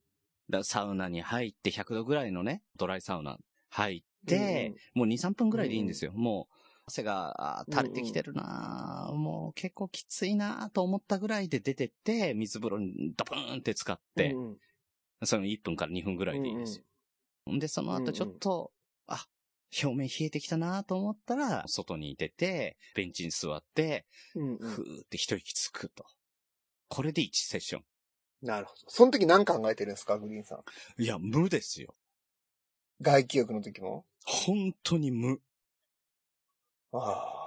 Speaker 3: だからサウナに入って100度ぐらいのね、ドライサウナ入って、もう2、3分ぐらいでいいんですよ。もう、汗があー垂れてきてるなー、もう結構きついなーと思ったぐらいで出てって、水風呂にドブーンって使っ
Speaker 1: うんう
Speaker 3: て、
Speaker 1: ん、
Speaker 3: その1分から2分ぐらいでいいんですよ。で、その後ちょっと、あ、表面冷えてきたなと思ったら、外に出て、ベンチに座って、
Speaker 1: うん、う
Speaker 3: ふ
Speaker 1: ん。
Speaker 3: ーって一息つくと。これで1セッション。
Speaker 1: なるほど。その時何考えてるんですか、グリーンさん。
Speaker 3: いや、無ですよ。
Speaker 1: 外気浴の時も
Speaker 3: 本当に無。
Speaker 1: ああ。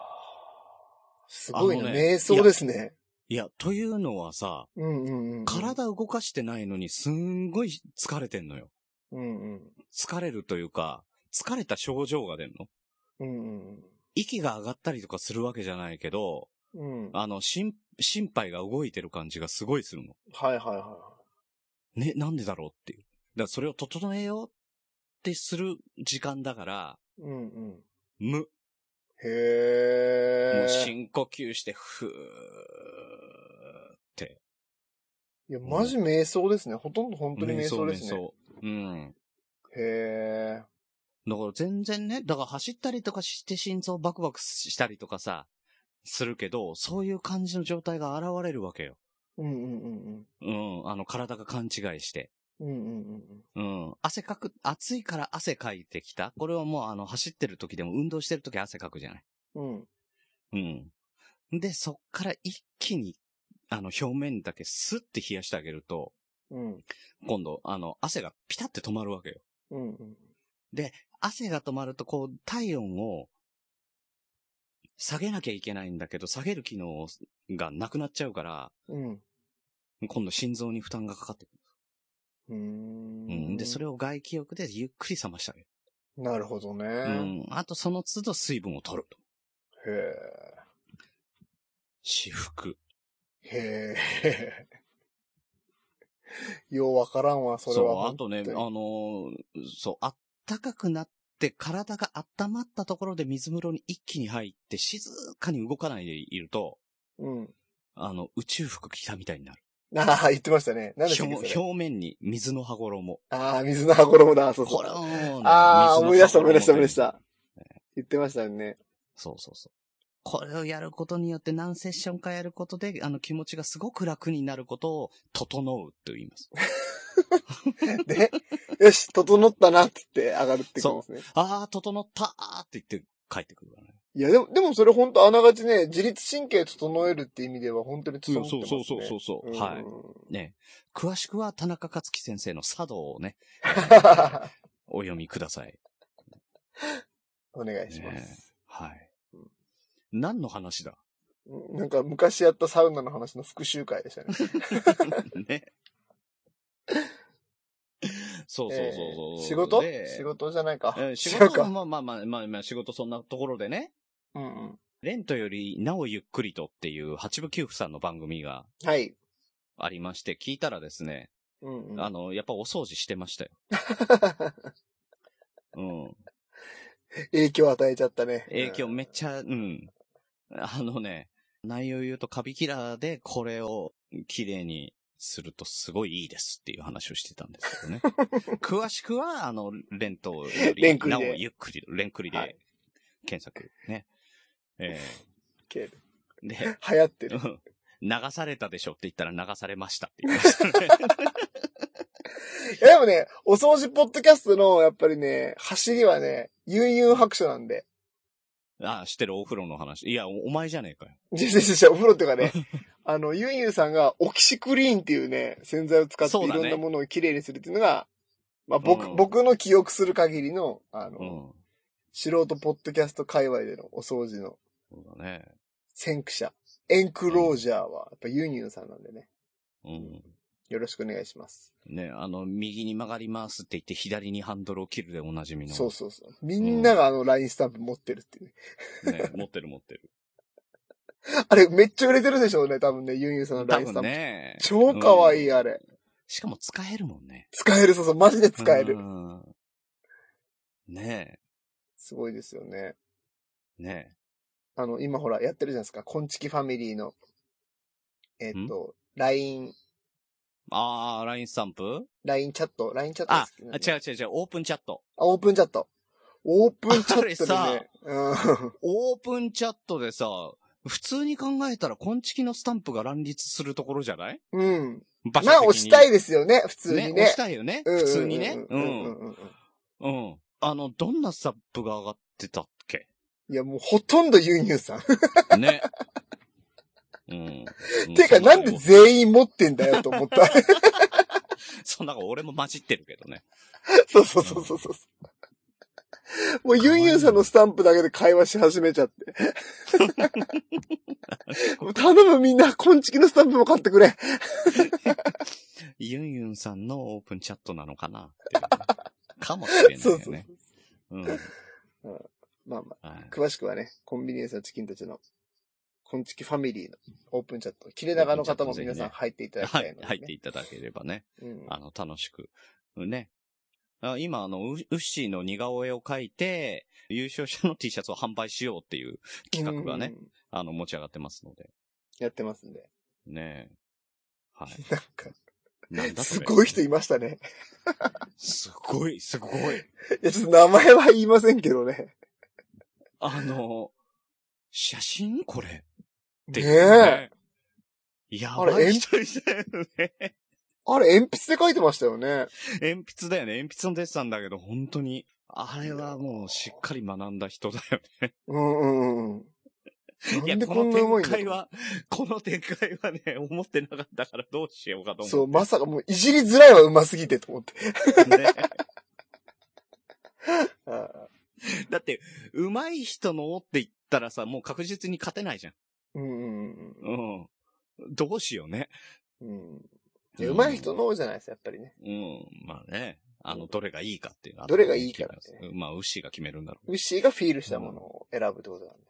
Speaker 1: すごい
Speaker 3: あ
Speaker 1: な、
Speaker 3: のね
Speaker 1: 瞑想ですね。
Speaker 3: いや、というのはさ、
Speaker 1: うんうんうん。。
Speaker 3: 体動かしてないのにすんごい疲れてんのよ。
Speaker 1: うんうん。
Speaker 3: 疲れるというか、疲れた症状が出んの
Speaker 1: うん
Speaker 3: 息が上がったりとかするわけじゃないけど、
Speaker 1: うん。うん。はい
Speaker 3: あの、心、心肺が動いてる感じがすごいするの。
Speaker 1: はいは
Speaker 3: ね、なんでだろうっていう。だからそれを整えようってする時間だから、
Speaker 1: い。うんうん。
Speaker 3: 無。
Speaker 1: へえ。
Speaker 3: もう深呼吸して、ふーって。
Speaker 1: いや、マジ瞑想ですね。ほとんど本当に瞑想ですね。
Speaker 3: 瞑想うん。
Speaker 1: へえ。
Speaker 3: だから全然ね、だから走ったりとかして心臓バクバクしたりとかさ、するけど、そういう感じの状態が現れるわけよ。
Speaker 1: うんうんうん
Speaker 3: うん。あの、体が勘違いして。
Speaker 1: うん。うんうんうん
Speaker 3: うん。汗かく、暑いから汗かいてきた。これはもうあの、走ってる時でも運動してる時汗かくじゃない。
Speaker 1: うん。うん。
Speaker 3: うん。で、そっから一気に、あの、表面だけスッて冷やしてあげると、
Speaker 1: うん。
Speaker 3: 今度、あの、汗がピタって止まるわけよ。
Speaker 1: うんうん。
Speaker 3: 汗が止まると、こう、体温を下げなきゃいけないんだけど、下げる機能がなくなっちゃうから、
Speaker 1: うん。
Speaker 3: 今度心臓に負担がかかってく
Speaker 1: うーん
Speaker 3: る。うん。で、それを外気浴でゆっくり冷ましてあげる。
Speaker 1: なるほどね。
Speaker 3: うん。あと、その都度水分を取ると。
Speaker 1: へ
Speaker 3: 私服。
Speaker 1: え。へえ。 ようわからんわ、それは。
Speaker 3: う、あとね、あのーそう、あったかくなって、体が温まったところで水風呂に一気に入って、静かに動かないでいると、
Speaker 1: うん。
Speaker 3: あの、宇宙服着たみたいになる。
Speaker 1: ああ、言ってましたね。何でし
Speaker 3: 表
Speaker 1: たっけそれ
Speaker 3: 表面に水の羽衣。
Speaker 1: ああ、水の羽衣だ、そうそう。
Speaker 3: これはもうね、
Speaker 1: ああ、思い出した、思い出した、思い出し
Speaker 3: 水の
Speaker 1: た。言ってましたね。
Speaker 3: そうそうそう。これをやることによって何セッションかやることで、あの気持ちがすごく楽になることを、整うと言います。
Speaker 1: で、よし、整ったな、つって上がるってことですね。
Speaker 3: ああ、整ったーって言って帰ってくるからね。
Speaker 1: いや、でも、でもそれ本当あながちね、自律神経整えるって意味では本当に整ってますね。
Speaker 3: うそう
Speaker 1: うん
Speaker 3: はい。ね。詳しくは田中克樹先生の茶道をね、お読みください。
Speaker 1: お願いしま
Speaker 3: ね
Speaker 1: す。
Speaker 3: はい
Speaker 1: うん。
Speaker 3: 何の話 だ
Speaker 1: うんなんか昔やったサウナの話の復習会でしたね。
Speaker 3: ね。そうそうそうそう
Speaker 1: え。ー仕事
Speaker 3: で
Speaker 1: 仕事じゃないか
Speaker 3: え。ー仕
Speaker 1: 違う
Speaker 3: 事は
Speaker 1: か。
Speaker 3: まあまあまあまあまあ仕事そんなところでね、
Speaker 1: うんうん。
Speaker 3: レントよりなおゆっくりとっていう八部九夫さんの番組が
Speaker 1: はい。
Speaker 3: ありまして、聞いたらですね、
Speaker 1: うんうん。
Speaker 3: あの、やっぱお掃除してましたよ。うん。
Speaker 1: 影響与えちゃったね。
Speaker 3: 影響
Speaker 1: うん
Speaker 3: めっちゃ、うん。あのね、内容言うとカビキラーでこれを綺麗にするとすごいいいですっていう話をしてたんです けどね。詳しくは、あの、レントよ
Speaker 1: レ
Speaker 3: り
Speaker 1: ンクリ
Speaker 3: なお
Speaker 1: で
Speaker 3: ゆっくり、レンクリ
Speaker 1: はい
Speaker 3: で検索ね。え
Speaker 1: けど
Speaker 3: ーで、
Speaker 1: 流行ってる。
Speaker 3: うん流されたでしょって言ったら流されましたって言いましたね。
Speaker 1: いやでもね、お掃除ポッドキャストの、やっぱりね、走りはね、ユンユン白書なんで。
Speaker 3: ああ、知ってるお風呂の話。いや、おお前じゃねえかよ。
Speaker 1: じゃじゃじゃお風呂っていう かね、あの、ユンユンさんがオキシクリーンっていうね、洗剤を使って
Speaker 3: そ
Speaker 1: いう
Speaker 3: だ
Speaker 1: ろ
Speaker 3: ね
Speaker 1: んなものをきれいにするっていうのが、まあ僕、
Speaker 3: うん
Speaker 1: 僕の記憶する限りの、あの、
Speaker 3: うん。
Speaker 1: 素人ポッドキャスト界隈でのお掃除の
Speaker 3: そうだね。
Speaker 1: 先駆者、エンクロージャーは、やっぱユンユンさんなんでね、
Speaker 3: うん。
Speaker 1: よろしくお願いします。
Speaker 3: ね、あの、右に曲がりますって言って左にハンドルを切るでおなじみの。
Speaker 1: そうそうそう。みんながあの LINE スタンプ持ってるっていうね。
Speaker 3: ね、持ってる持 ってる。
Speaker 1: あれ、めっちゃ売れてるでしょうね、多分ね、ユンユンさんの
Speaker 3: 多
Speaker 1: LINE ス
Speaker 3: 分
Speaker 1: タンプ。
Speaker 3: ね。
Speaker 1: 超かわいい、
Speaker 3: うん
Speaker 1: あれ。
Speaker 3: しかも使えるもんね。
Speaker 1: 使える、そうそう、マジで使え
Speaker 3: う
Speaker 1: る。
Speaker 3: ん。ね
Speaker 1: すごいですよね。
Speaker 3: え、ね
Speaker 1: あの、今ほら、やってるじゃないですか。コンチキファミリーの、えっと、LINE、
Speaker 3: え。ああ、ラインスタンプ
Speaker 1: LINE チャット、LINE チャットで
Speaker 3: あ
Speaker 1: すけど、ね
Speaker 3: 違う違う違う、オープンチャット。
Speaker 1: あオープンチャット。オープンチャットで
Speaker 3: あれ
Speaker 1: ね。うん。
Speaker 3: オープンチャットでさ、普通に考えたら、コンチキのスタンプが乱立するところじゃない
Speaker 1: うん。
Speaker 3: 場所的に。
Speaker 1: まあ、押したいですよね、普通にね。
Speaker 3: 押したいよね。
Speaker 1: うんうんうん
Speaker 3: 普通にね。う
Speaker 1: うんうん
Speaker 3: ん。
Speaker 1: うんうん。
Speaker 3: うん。あの、どんなサップが上がってたっけ
Speaker 1: いや、もうほとんどユニューさん。
Speaker 3: ね。うん。う
Speaker 1: てか、なんで全員持ってんだよと思った。
Speaker 3: そんな俺も混じってるけどね。
Speaker 1: そうそうそうそうそう。もうユンユンさんのスタンプだけで会話し始めち ゃって。もう頼むみんな、こんちきのスタンプも買ってくれ。
Speaker 3: ユンユンさんのオープンチャットなのかなって いうかもしれないよね。
Speaker 1: そうそうそう。
Speaker 3: うん。
Speaker 1: まあま
Speaker 3: はい
Speaker 1: あ、詳しくはね、コンビニエンスなチキンたちの、こんちきファミリーのオープンチャット、切れ長の方も皆さん入っていただきた
Speaker 3: はい
Speaker 1: ので、
Speaker 3: い、
Speaker 1: ね。
Speaker 3: 入っていただければね。
Speaker 1: うん。
Speaker 3: あの、楽しく。ね。あ今、あの、ウウッシーの似顔絵を描いて、優勝者の T シャツを販売しようっていう企画がね、
Speaker 1: うん。
Speaker 3: あの、持ち上がってますので。
Speaker 1: やってますんで。
Speaker 3: ねえ。はい。
Speaker 1: なんか、
Speaker 3: なんだそ
Speaker 1: す
Speaker 3: れ
Speaker 1: ごい人いましたね。
Speaker 3: すごい、すごい。
Speaker 1: いや、ちょっと名前は言いませんけどね。
Speaker 3: あの、写真これ。って
Speaker 1: ね
Speaker 3: いう
Speaker 1: え。
Speaker 3: ね。や
Speaker 1: あ
Speaker 3: ば
Speaker 1: れ
Speaker 3: い人いたよね。
Speaker 1: あれ、鉛筆で書いてましたよね。
Speaker 3: 鉛筆だよね。鉛筆のデッサンだけど、本当に。あれはもうしっかり学んだ人だよね
Speaker 1: うんうんうん。
Speaker 3: い
Speaker 1: な
Speaker 3: や、
Speaker 1: んで
Speaker 3: こ
Speaker 1: こん
Speaker 3: の
Speaker 1: な重い
Speaker 3: 展
Speaker 1: んだ
Speaker 3: 開は、この展開はね、思ってなかったからどうしようかと思
Speaker 1: そう、
Speaker 3: っ
Speaker 1: まさかもういじりづらいは上手すぎてと思って。
Speaker 3: て、ね。
Speaker 1: ああ
Speaker 3: だって、上手い人のって言ったらさ、もう確実に勝てないじゃん。
Speaker 1: うんうん
Speaker 3: うん。どうしようね。
Speaker 1: うんうん。いや上手い人のじゃないですか、やっぱりね。
Speaker 3: うん、まあね。あの、どれがいいかっていうのは
Speaker 1: どれがいいかだね
Speaker 3: まあ、牛が決めるんだろ
Speaker 1: ウッシーがフィールしたものを選ぶってことなんで。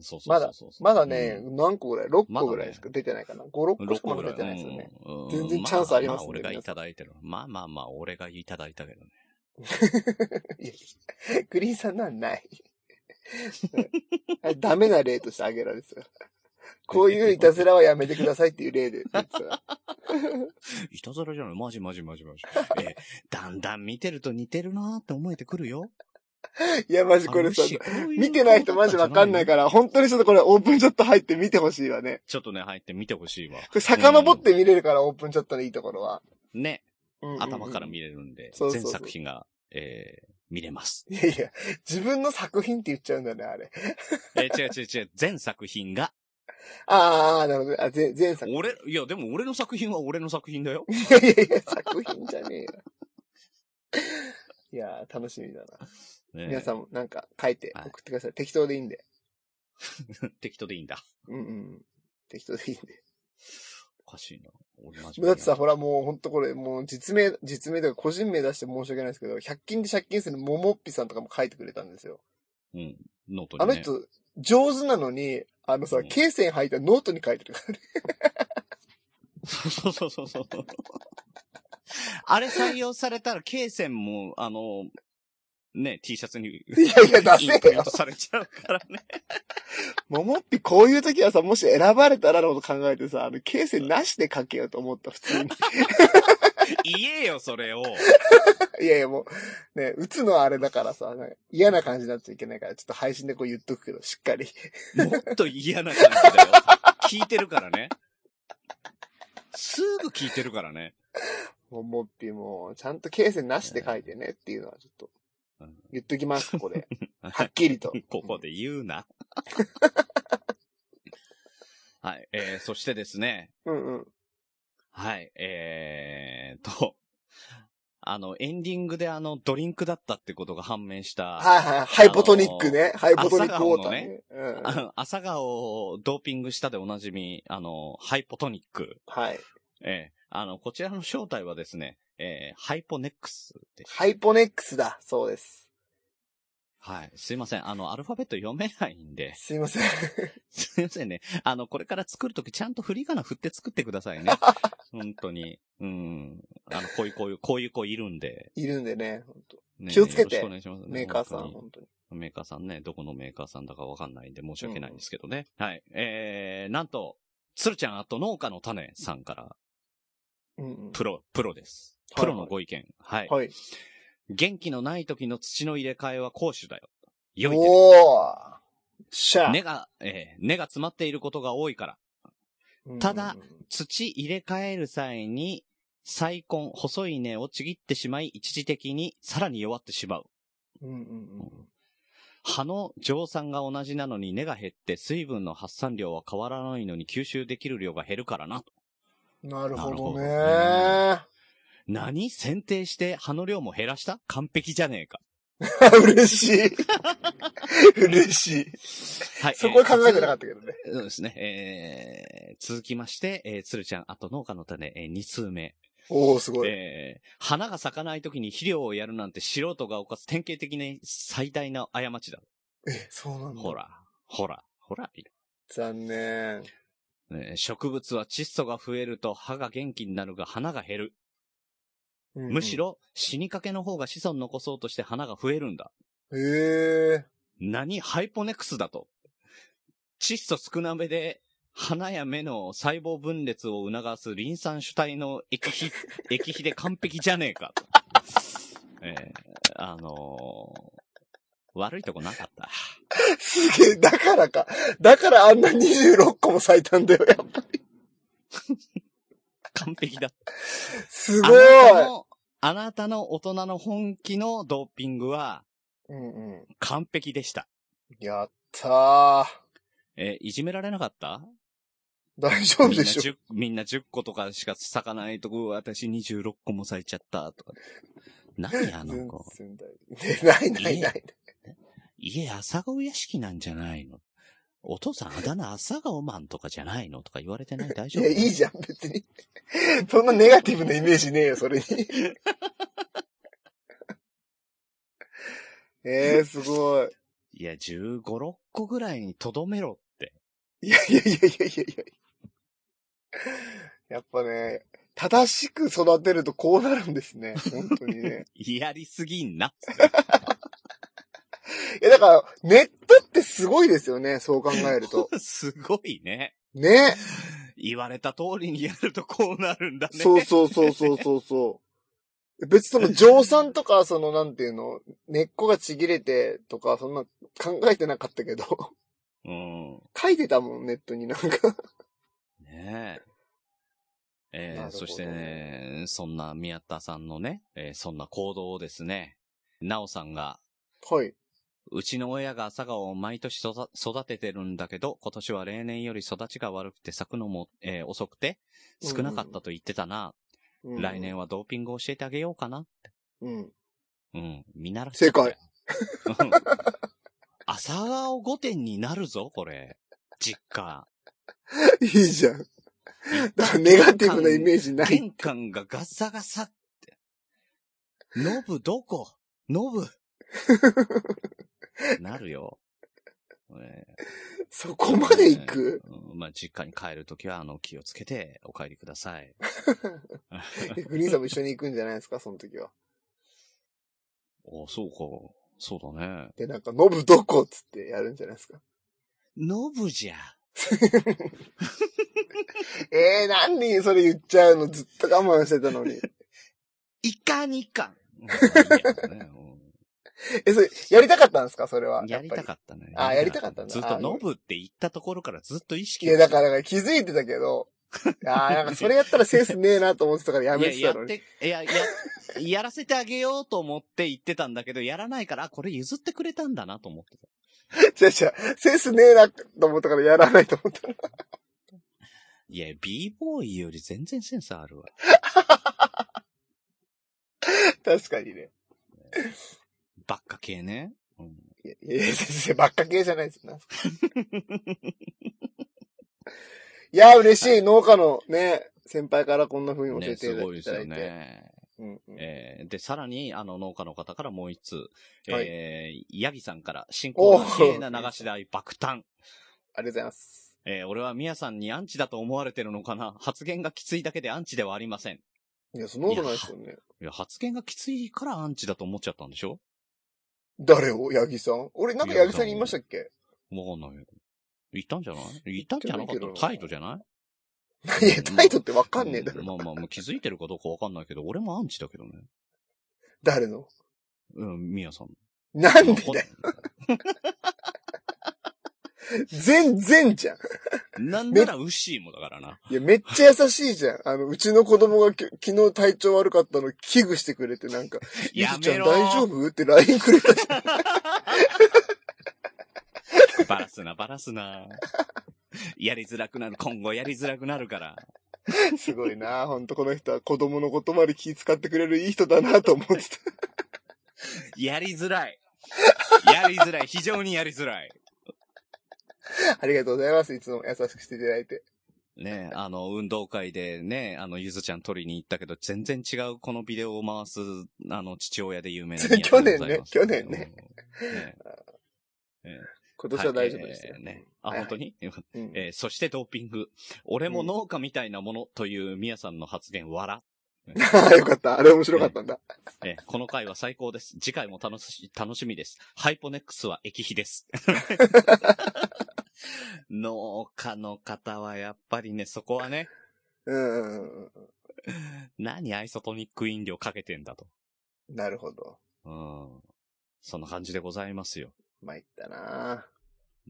Speaker 3: う。そうそうそうそう。
Speaker 1: まだね、
Speaker 3: うん、
Speaker 1: 何個ぐらい ?6
Speaker 3: まだ
Speaker 1: 個
Speaker 3: ね
Speaker 1: ぐらいですか、出てないかな ?5、6個し
Speaker 3: 6
Speaker 1: か
Speaker 3: 個
Speaker 1: ま
Speaker 3: ぐ
Speaker 1: だ
Speaker 3: らい
Speaker 1: 出てないですよね。
Speaker 3: うん
Speaker 1: 全然チャンスあります
Speaker 3: まあ、
Speaker 1: んで
Speaker 3: 俺がいただいてる。まあまあまあ、俺がいただいたけどね。
Speaker 1: いやグリーンさんなんない。あれダメな例としてあげられてた。こういういたずらはやめてくださいっていう例で言っ てた。
Speaker 3: いたずらじゃないマジマジマジマ ジ。えー、だんだん見てると似てるなーって思えてくるよ。
Speaker 1: いや、マ ジこれさ
Speaker 3: あ、牛こうう
Speaker 1: 見てない人マジわかんないから、本当にちょっとこれオープンチャット入って見てほしいわね。
Speaker 3: ちょっとね、入って見てほしいわ。
Speaker 1: これ遡って見れるから、オープンチャットのいいところは。
Speaker 3: ね、
Speaker 1: うんうんうん
Speaker 3: 頭から見れるんで、
Speaker 1: そうそうそう
Speaker 3: 全作品が、えー、見れます。
Speaker 1: いやいや、自分の作品って言っちゃうんだよね、あれ。
Speaker 3: えー、違う違う違う、全作品 が。
Speaker 1: ああ、なるほど。あ、ぜ前 作。い
Speaker 3: 俺、いや、でも俺の作品は俺の作品だよ。
Speaker 1: やいやいや、作品じゃねえよ。いやー、楽しみだな。
Speaker 3: ね、
Speaker 1: 皆さんもなんか書いて
Speaker 3: はい
Speaker 1: 送ってください。適当でいいんで。
Speaker 3: 適当でいいんだ。
Speaker 1: うんうん。適当でいいんで。
Speaker 3: おかしいな。俺マジ
Speaker 1: だってさ、ほらもうほんとこれ、もう実名、実名とか個人名出して申し訳ないですけど、100均で借金するももっぴさんとかも書いてくれたんですよ。
Speaker 3: うん、ノート
Speaker 1: あ
Speaker 3: に、
Speaker 1: の
Speaker 3: ね。
Speaker 1: 人、上手なのに、あのさ
Speaker 3: うん、
Speaker 1: 罫線履いたノートに書いてるからね。
Speaker 3: そうそうそうそう。あれ採用されたら、ケイセンも、あの、ね、T シャツに、い
Speaker 1: いやいや出せよ
Speaker 3: インプリントされちゃうからね。
Speaker 1: ももっぴこういう時はさ、もし選ばれたらのこと考えてさ、あの、罫線なしで書けようと思った、普通に。
Speaker 3: 言えよ、それを。
Speaker 1: いやいや、もう、ね、打つのはあれだからさ、なんか嫌な感じになっちゃいけないから、ちょっと配信でこう言っとくけど、しっかり。
Speaker 3: もっと嫌な感じだよ。聞いてるからね。すぐ聞いてるからね。
Speaker 1: もう、もっぴも、ちゃんと形成なしで書いてねっていうのはちょっ
Speaker 3: う
Speaker 1: と
Speaker 3: ん、
Speaker 1: 言っときます、ここ で。は
Speaker 3: は
Speaker 1: っきりと
Speaker 3: い。ここで言うな。はい、えー、そしてですね、
Speaker 1: うんうん。
Speaker 3: はい、えーと、あの、エンディングであの、ドリンクだったってことが判明した、
Speaker 1: はいはい。ハイボトニックね。ハイボトニックウォーターね。うん。
Speaker 3: あの 朝顔をドーピングしたでおなじみ、あの、ハイポトニック。
Speaker 1: はい。
Speaker 3: えーあの、こちらの正体はですね、えーハイポネックスでした
Speaker 1: ハイポネックスだ。そうです。
Speaker 3: はい。すいません。あの、アルファベット読めないんで。
Speaker 1: すいません。
Speaker 3: すいませんね。あの、これから作るときちゃんと振り仮名振って作ってくださ いね。本当に。うん。あの、こういう、こういう、こういう子いるんで。
Speaker 1: いるんでね。ほんと
Speaker 3: ね
Speaker 1: 気をつけて
Speaker 3: よろしくお願いしますね、
Speaker 1: メーカーさん、
Speaker 3: 本当に
Speaker 1: 本当に。
Speaker 3: メーカーさんね、どこのメーカーさんだかわかんないんで申し訳ないんですけどね。はい。えー、なんと、鶴ちゃんあと農家の種さんから、
Speaker 1: うんうん。
Speaker 3: プロ、プロです。
Speaker 1: はい
Speaker 3: プ
Speaker 1: はい
Speaker 3: ロのご意見。はい。
Speaker 1: はい。
Speaker 3: 元気のない時の土の入れ替えは攻守だよ。良いです
Speaker 1: おーしゃあ
Speaker 3: 根が、えー根が詰まっていることが多いから。ただ、
Speaker 1: うんうんうん
Speaker 3: 土入れ替える際に、細根、細い根をちぎってしまい、一時的にさらに弱ってしまう。
Speaker 1: うんうん
Speaker 3: 葉の蒸散が同じなのに根が減って水分の発散量は変わらないのに吸収できる量が減るからな。
Speaker 1: うん。なるほどね。
Speaker 3: な何剪定して葉の量も減らした完璧じゃ ねえか。
Speaker 1: 嬉しい。嬉しい。
Speaker 3: はい。
Speaker 1: そこは考えてなかったけどね。
Speaker 3: えーそうですね。えー、続きまして、えー、鶴ちゃん、あと農家の種、えー、2通目。
Speaker 1: おおすごい。
Speaker 3: えー、花が咲かない時に肥料をやるなんて素人が犯す典型的な最大な過ちだ。
Speaker 1: え、そうなんだ。
Speaker 3: ほら、ほら、ほら、
Speaker 1: 残念。
Speaker 3: えー植物は窒素が増えると葉が元気になるが花が減る。
Speaker 1: うんうん
Speaker 3: むし。ろ死にかけの方が子孫残そうとして花が増えるんだ。
Speaker 1: へえ。
Speaker 3: 何ハイポネクスだと。窒素少なめで、花や目の細胞分裂を促すリン酸主体の液比、 液比で完璧じゃねえかと。えーあのー悪いとこなかった。
Speaker 1: すげえ、だからか。だからあんな26個も咲いたんだよ、やっぱ。
Speaker 3: 完璧だった。
Speaker 1: すご
Speaker 3: あ
Speaker 1: い。
Speaker 3: なたの、あなたの大人の本気のドーピングは
Speaker 1: うんうん。
Speaker 3: 完璧でした。
Speaker 1: やったー。
Speaker 3: えーいじめられなかった
Speaker 1: 大丈夫
Speaker 3: みんな
Speaker 1: でしょ。
Speaker 3: 10、みんな10個とかしか咲かないとこ、私26個も咲いちゃった、とか。何あの
Speaker 1: 全
Speaker 3: 子。
Speaker 1: 然大丈夫。ねないない ない。
Speaker 3: 家朝顔屋敷なんじゃないのお父さんあだ名朝顔マンとかじゃないのとか言われてない大
Speaker 1: い
Speaker 3: 丈夫
Speaker 1: や、いいじゃん、別に。 そんなネガティブなイメージねえよ、それに。 ええー、すごい。
Speaker 3: いや、15、6個ぐらいにとどめろって。
Speaker 1: いやいやいやいやいやいや。やっぱね、正しく育てるとこうなるんですね。本当にね。
Speaker 3: やりすぎんな。
Speaker 1: いや、だから、ネットってすごいですよね。そう考えると。
Speaker 3: すごいね。
Speaker 1: ね。
Speaker 3: 言われた通りにやるとこうなるんだね。
Speaker 1: そうそうそうそうそうそう。 別にその、蒸散とか、その、なんていうの、根っこがちぎれてとか、そんな考えてなかったけど、
Speaker 3: うん。
Speaker 1: 書いてたもん、ネットになんか。
Speaker 3: ねえ。え
Speaker 1: な
Speaker 3: ー
Speaker 1: るほど
Speaker 3: そしてね、そんな宮田さんのね、えーそんな行動をですね、なおさんが、
Speaker 1: はい。
Speaker 3: うちの親が朝顔を毎年育育ててるんだけど、今年は例年より育ちが悪くて咲くのも、えー遅くて、少なかったと言ってたな、
Speaker 1: うん
Speaker 3: 来年はドーピングを教えてあげようかな。
Speaker 1: うん。
Speaker 3: うん、見習っ
Speaker 1: 正解。
Speaker 3: うん 朝顔御殿になるぞ、これ。実家。
Speaker 1: いいじゃん。 だから、ネガティブなイメージない。
Speaker 3: 玄関がガサガサって。ノブどこノ ブなるよ。ね
Speaker 1: そこまで行く
Speaker 3: うんまあ、実家に帰るときは、あの、気をつけてお帰りくださ い。
Speaker 1: えグリーンさんも一緒に行くんじゃないですか、その時は。
Speaker 3: おそうか。そうだね。
Speaker 1: で、なんか、ノブどこっつってやるんじゃないですか。
Speaker 3: ノブじゃ。
Speaker 1: えー、なんでそれ言っちゃうのずっと我慢してたのに。
Speaker 3: いかに か。うんまあいいやね
Speaker 1: え、それ、やりたかったんですかそれは
Speaker 3: う。んやりたかったね。
Speaker 1: あやりたかったんだ
Speaker 3: ずっ
Speaker 1: あ
Speaker 3: とノブって言ったところからずっと意識
Speaker 1: いや、だから、気づいてた けど。ああ、なんか、それやったらセンスねえなと思ってたからや
Speaker 3: い
Speaker 1: め
Speaker 3: や、
Speaker 1: て
Speaker 3: や
Speaker 1: たの
Speaker 3: っ
Speaker 1: に。
Speaker 3: て、いや、や、 やらせてあげようと思って言ってたんだけど、やらないから、あこれ譲ってくれたんだなと思ってた。
Speaker 1: じゃじゃセンスねえなと思ったからやらないと思ったら。
Speaker 3: いや、b ボーイより全然センスあるわ。
Speaker 1: 確かにね。
Speaker 3: ばっか系ね。うん
Speaker 1: いや、いや先生、ばっか系じゃないですよ。 いや、嬉しい。農家のね、先輩からこんな風に教え
Speaker 3: ね、
Speaker 1: て
Speaker 3: す
Speaker 1: いただいて。
Speaker 3: ごいですよね。
Speaker 1: うんうん
Speaker 3: えーで、さらに、あの、農家の方からもう一通、
Speaker 1: はい
Speaker 3: えー、ヤギさんから、新婚
Speaker 1: お
Speaker 3: の
Speaker 1: ー
Speaker 3: 綺麗な流し台爆誕。
Speaker 1: ありがとうございます。
Speaker 3: えー俺はミヤさんにアンチだと思われてるのかな発言がきついだけでアンチではありません。
Speaker 1: いや、そんなことないですよね。
Speaker 3: いや、発言がきついからアンチだと思っちゃったんでしょ
Speaker 1: 誰を八木さん俺、なんか八木さんに言いましたっけ
Speaker 3: わかんない。言ったんじゃない言ったんじゃなか
Speaker 1: 言ってない
Speaker 3: っ
Speaker 1: け
Speaker 3: た
Speaker 1: ど
Speaker 3: 態度じゃない
Speaker 1: いや、態度ってわかんねえだろ。
Speaker 3: うんまあまあまあ、気づいてるかどうかわかんないけど、俺もアンチだけどね。
Speaker 1: 誰の
Speaker 3: うん、ミヤさん。
Speaker 1: なんでだよ。全然じゃん。
Speaker 3: なんならウッシーもだからな。
Speaker 1: いや、めっちゃ優しいじゃん。あの、うちの子供がき昨日体調悪かったの危惧してくれてなん か、ゆずちゃん大丈夫って LINE くれた じゃん。
Speaker 3: バラすな、バラす な。やりづらくなる、今後やりづらくなるから。
Speaker 1: すごいなほんとこの人は子供のことまで気遣ってくれるいい人だなと思ってた。
Speaker 3: やりづらい。やりづらい。非常にやりづらい。
Speaker 1: ありがとうございます。いつも優しくしていただいて。
Speaker 3: ねあの、運動会でね、あの、ゆずちゃん取りに行ったけど、全然違うこのビデオを回す、あの、父親で有名な宮田でございます。
Speaker 1: 去年ね
Speaker 3: うん。ね
Speaker 1: 今年は大丈夫でしたよ
Speaker 3: はいえーねあ、
Speaker 1: はいはい
Speaker 3: 本当によかった
Speaker 1: うん
Speaker 3: えーそしてドーピング。俺も農家みたいなものという宮さんの発言、笑。
Speaker 1: あ あ、よかった。あれ面白かったんだ。
Speaker 3: えーこの回は最高です。次回も楽し、楽しみです。ハイポネックスは液肥 です。農家の方はやっぱりね、そこはね、
Speaker 1: うんうんうんうん。
Speaker 3: 何アイソトニック飲料かけてんだと。
Speaker 1: なるほど。
Speaker 3: うん。そんな感じでございますよ。
Speaker 1: 参ったな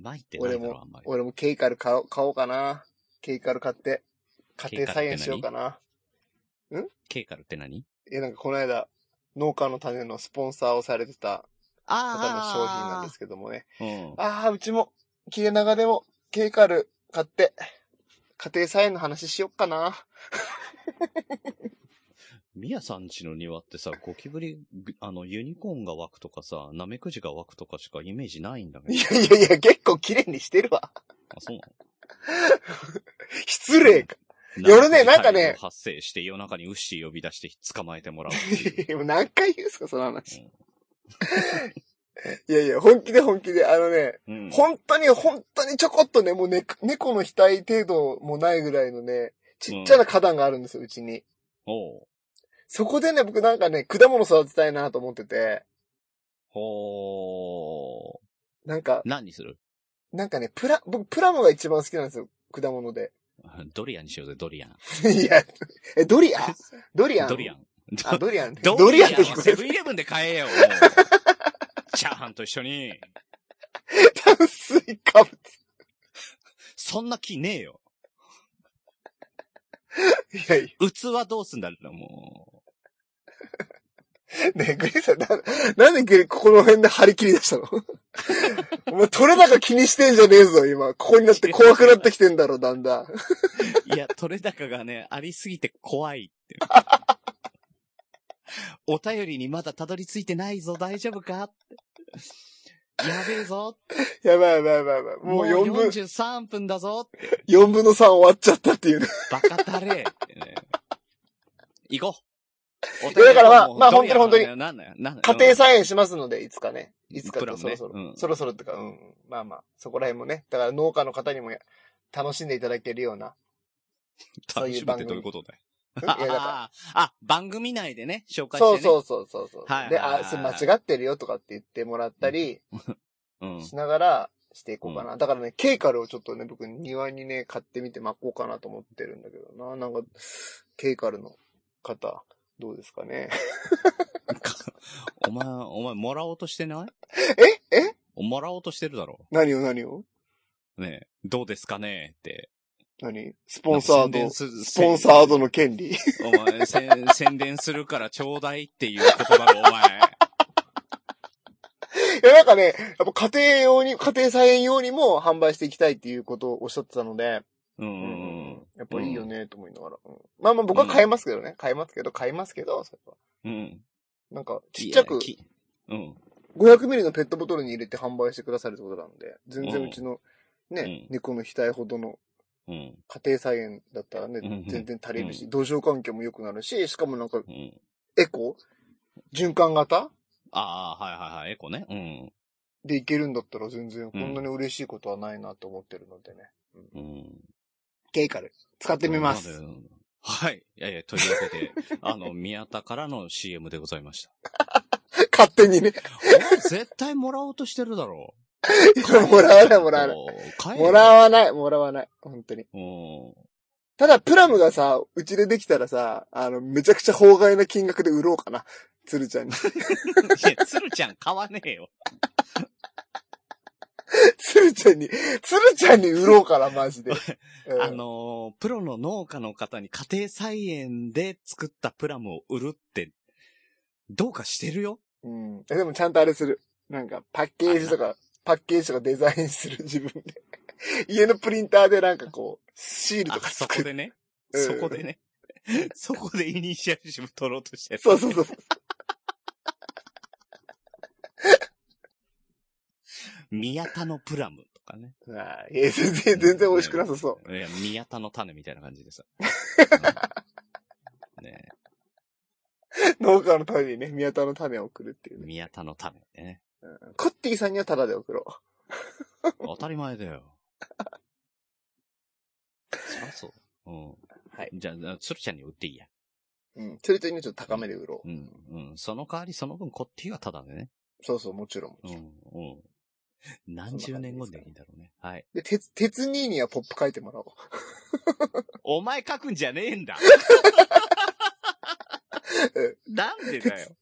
Speaker 3: まいってないだろ、あんまり。
Speaker 1: 俺もケイカル買おう買おうかな。ケイカル買って、家庭菜園しようかな。
Speaker 3: ケイカルって何
Speaker 1: いや、なんかこの間、農家の種のスポンサーをされてた方の商品なんですけどもね。
Speaker 3: あーうん。
Speaker 1: ああ、うちも、切れ長でも、ケイカル買って、家庭菜園の話しよっかな。
Speaker 3: ミヤさんちの庭ってさ、ゴキブリ、ぐあの、ユニコーンが湧くとかさ、ナメクジが湧くとかしかイメージないんだけ
Speaker 1: い
Speaker 3: ど。
Speaker 1: やいやいや、結構綺麗にしてるわ。
Speaker 3: あ、そう
Speaker 1: 失礼か。
Speaker 3: なの
Speaker 1: 夜ねなんかね
Speaker 3: ナメクジ大量発生して夜中にウッシー呼び出して捕まえてもらうっていう。
Speaker 1: もう何回言うんすか、その話。
Speaker 3: うん
Speaker 1: いやいや、本気で本気で、あのね、
Speaker 3: うん。
Speaker 1: 本当に本当にちょこっとね、もうね、猫の額程度もないぐらいのね、ちっちゃな花壇があるんですよ、うちに。
Speaker 3: おう
Speaker 1: そこでね、僕なんかね、果物育てたいなと思ってて、
Speaker 3: ほー。
Speaker 1: なんか、
Speaker 3: 何にする
Speaker 1: なんかね、プラ、僕プラムが一番好きなんですよ、果物で。
Speaker 3: ドリアンにしようぜ、ドリアン。
Speaker 1: いや、え、ドリアンドリアン
Speaker 3: ドリアン。
Speaker 1: あ、ドリアン。
Speaker 3: ド
Speaker 1: ドリ
Speaker 3: リ
Speaker 1: ア
Speaker 3: ア
Speaker 1: ン
Speaker 3: ン
Speaker 1: って聞
Speaker 3: は
Speaker 1: こ
Speaker 3: セ
Speaker 1: え
Speaker 3: ブンイレブンで買えよ。もうチャーハンと一緒に。
Speaker 1: た。炭水化物。
Speaker 3: そんな気ねえよ。
Speaker 1: いやいや
Speaker 3: 器どうすんだろう、も
Speaker 1: ねえ、グリーンさん、な、なんでグリーンここの辺で張り切り出したの お前、取れ高気にしてんじゃねえぞ、今。ここになって怖くなってきてんだろ、だんだん。
Speaker 3: う。いや、取れ高がね、ありすぎて怖い って。お便りにまだたどり着いてないぞ、大丈夫かってやべえぞ。
Speaker 1: やばいやばいやばいやばい。もう4分、
Speaker 3: 43分だぞ。
Speaker 1: 4分の3終わっちゃったっていうね。
Speaker 3: バカたれ。ってね行こう。お便り
Speaker 1: だからまあ
Speaker 3: もう
Speaker 1: まあ
Speaker 3: ドリアン
Speaker 1: 本当に
Speaker 3: はねなんだよなんだよ
Speaker 1: 家庭菜園しますので、いつかね。いつ
Speaker 3: プ
Speaker 1: かと
Speaker 3: ランね
Speaker 1: そろそろ、
Speaker 3: うん
Speaker 1: そろそろってか、うん。まあまあ、そこら辺もね。だから農家の方にもや楽しんでいただけるような。そう
Speaker 3: 楽
Speaker 1: いう
Speaker 3: しむっ
Speaker 1: 番
Speaker 3: て
Speaker 1: 組
Speaker 3: どういうことだよ。
Speaker 1: うんいや、だか
Speaker 3: あ、あ番組内でね、紹
Speaker 1: ら。
Speaker 3: 介してね。
Speaker 1: そうそうそうそうそう。
Speaker 3: はい
Speaker 1: で、
Speaker 3: はいはい
Speaker 1: あ、す間違ってるよとかって言ってもらったり、
Speaker 3: うん。
Speaker 1: しながらしていこうかな。だからね、ケイカルをちょっとね、僕庭にね、買ってみて巻こうかなと思ってるんだけどな。なんか、ケイカルの方、どうですかね。
Speaker 3: お前、お前、もらおうとしてない
Speaker 1: ええ
Speaker 3: もらおうとしてるだろ
Speaker 1: 何を何を
Speaker 3: ねえどうですかねって。
Speaker 1: 何スポンサー
Speaker 3: なん
Speaker 1: ド、
Speaker 3: か宣伝す
Speaker 1: スポンサードの権利
Speaker 3: お前、せん宣伝するからちょうだいっていう言葉がお前。
Speaker 1: いや、なんかね、やっぱ家庭用に、家庭菜園用にも販売していきたいっていうことをおっしゃってたので、
Speaker 3: う。
Speaker 1: うんやっぱいいよね、と思いながら。うんまあまあ僕は買いますけどね。買いますけど、買いますけど、それは
Speaker 3: うん。
Speaker 1: なんか、ちっちゃく
Speaker 3: いや。きうん。
Speaker 1: 500ミリのペットボトルに入れて販売してくださるってことなので、全然
Speaker 3: うん
Speaker 1: うちのね、
Speaker 3: うん
Speaker 1: 猫の額ほどの
Speaker 3: うん。
Speaker 1: 家庭菜園だったらね、
Speaker 3: うんうん
Speaker 1: 全然足りるし、土壌環境も良くなるし、しかもなんか
Speaker 3: うん。
Speaker 1: エコ循環型
Speaker 3: ああ、はいはいはい。エコね。うん。
Speaker 1: でいけるんだったら全然こんなに嬉しいことはないなと思ってるのでね。
Speaker 3: うん。
Speaker 1: ケイカル、使ってみます。
Speaker 3: なので。はい。いやいや、というわけで、 あの、宮田からの CM でございました。
Speaker 1: 勝手にね。
Speaker 3: お前絶対もらおうとしてるだろ
Speaker 1: いやもらわない、もらわない。
Speaker 3: 帰れ
Speaker 1: もらわない、もらわない。本当に。
Speaker 3: うん。
Speaker 1: ただ、プラムがさ、うちでできたらさ、あの、めちゃくちゃ法外な金額で売ろうかな。鶴ちゃんに。
Speaker 3: い や、鶴ちゃん買わねえよ。
Speaker 1: 鶴るちゃんに、つるちゃんに売ろうから、マジで。うん
Speaker 3: あのープロの農家の方に家庭菜園で作ったプラムを売るって、どうかしてるよ
Speaker 1: うん。えでもちゃんとあれする。なんか、パッケージとか、パッケージとかデザインする自分で。 家のプリンターでなんかこう、シール
Speaker 3: あ
Speaker 1: と、か
Speaker 3: そ
Speaker 1: 作
Speaker 3: こ
Speaker 1: る。
Speaker 3: でね。
Speaker 1: うん
Speaker 3: そこで ね。そこでイニシアチブ取ろうとしてる。
Speaker 1: そうそうそう。
Speaker 3: 宮田のプラムとかね。
Speaker 1: あーいや、全然、全然美味しくなさそう。
Speaker 3: いや、宮田の種みたいな感じで さ。うんね
Speaker 1: 農家のためにね、宮田の種を送るっていうね。
Speaker 3: 宮田の種ね。
Speaker 1: コッティさんにはタダで送ろ
Speaker 3: 当たり前だよ。そりゃそう。うん。
Speaker 1: はい
Speaker 3: じゃあ、鶴ちゃんに売っていいや。
Speaker 1: う。うん。それとにちょっと高めで売ろう。
Speaker 3: うん。うん。その代わり、その分、こっていうはただでね。
Speaker 1: そうそう、もちろん。
Speaker 3: うん。うん。何十年後でいいんだろうね。はい。
Speaker 1: で、鉄、鉄兄にはポップ書いてもらおう。
Speaker 3: お前書くんじゃねえん だなんでだよ。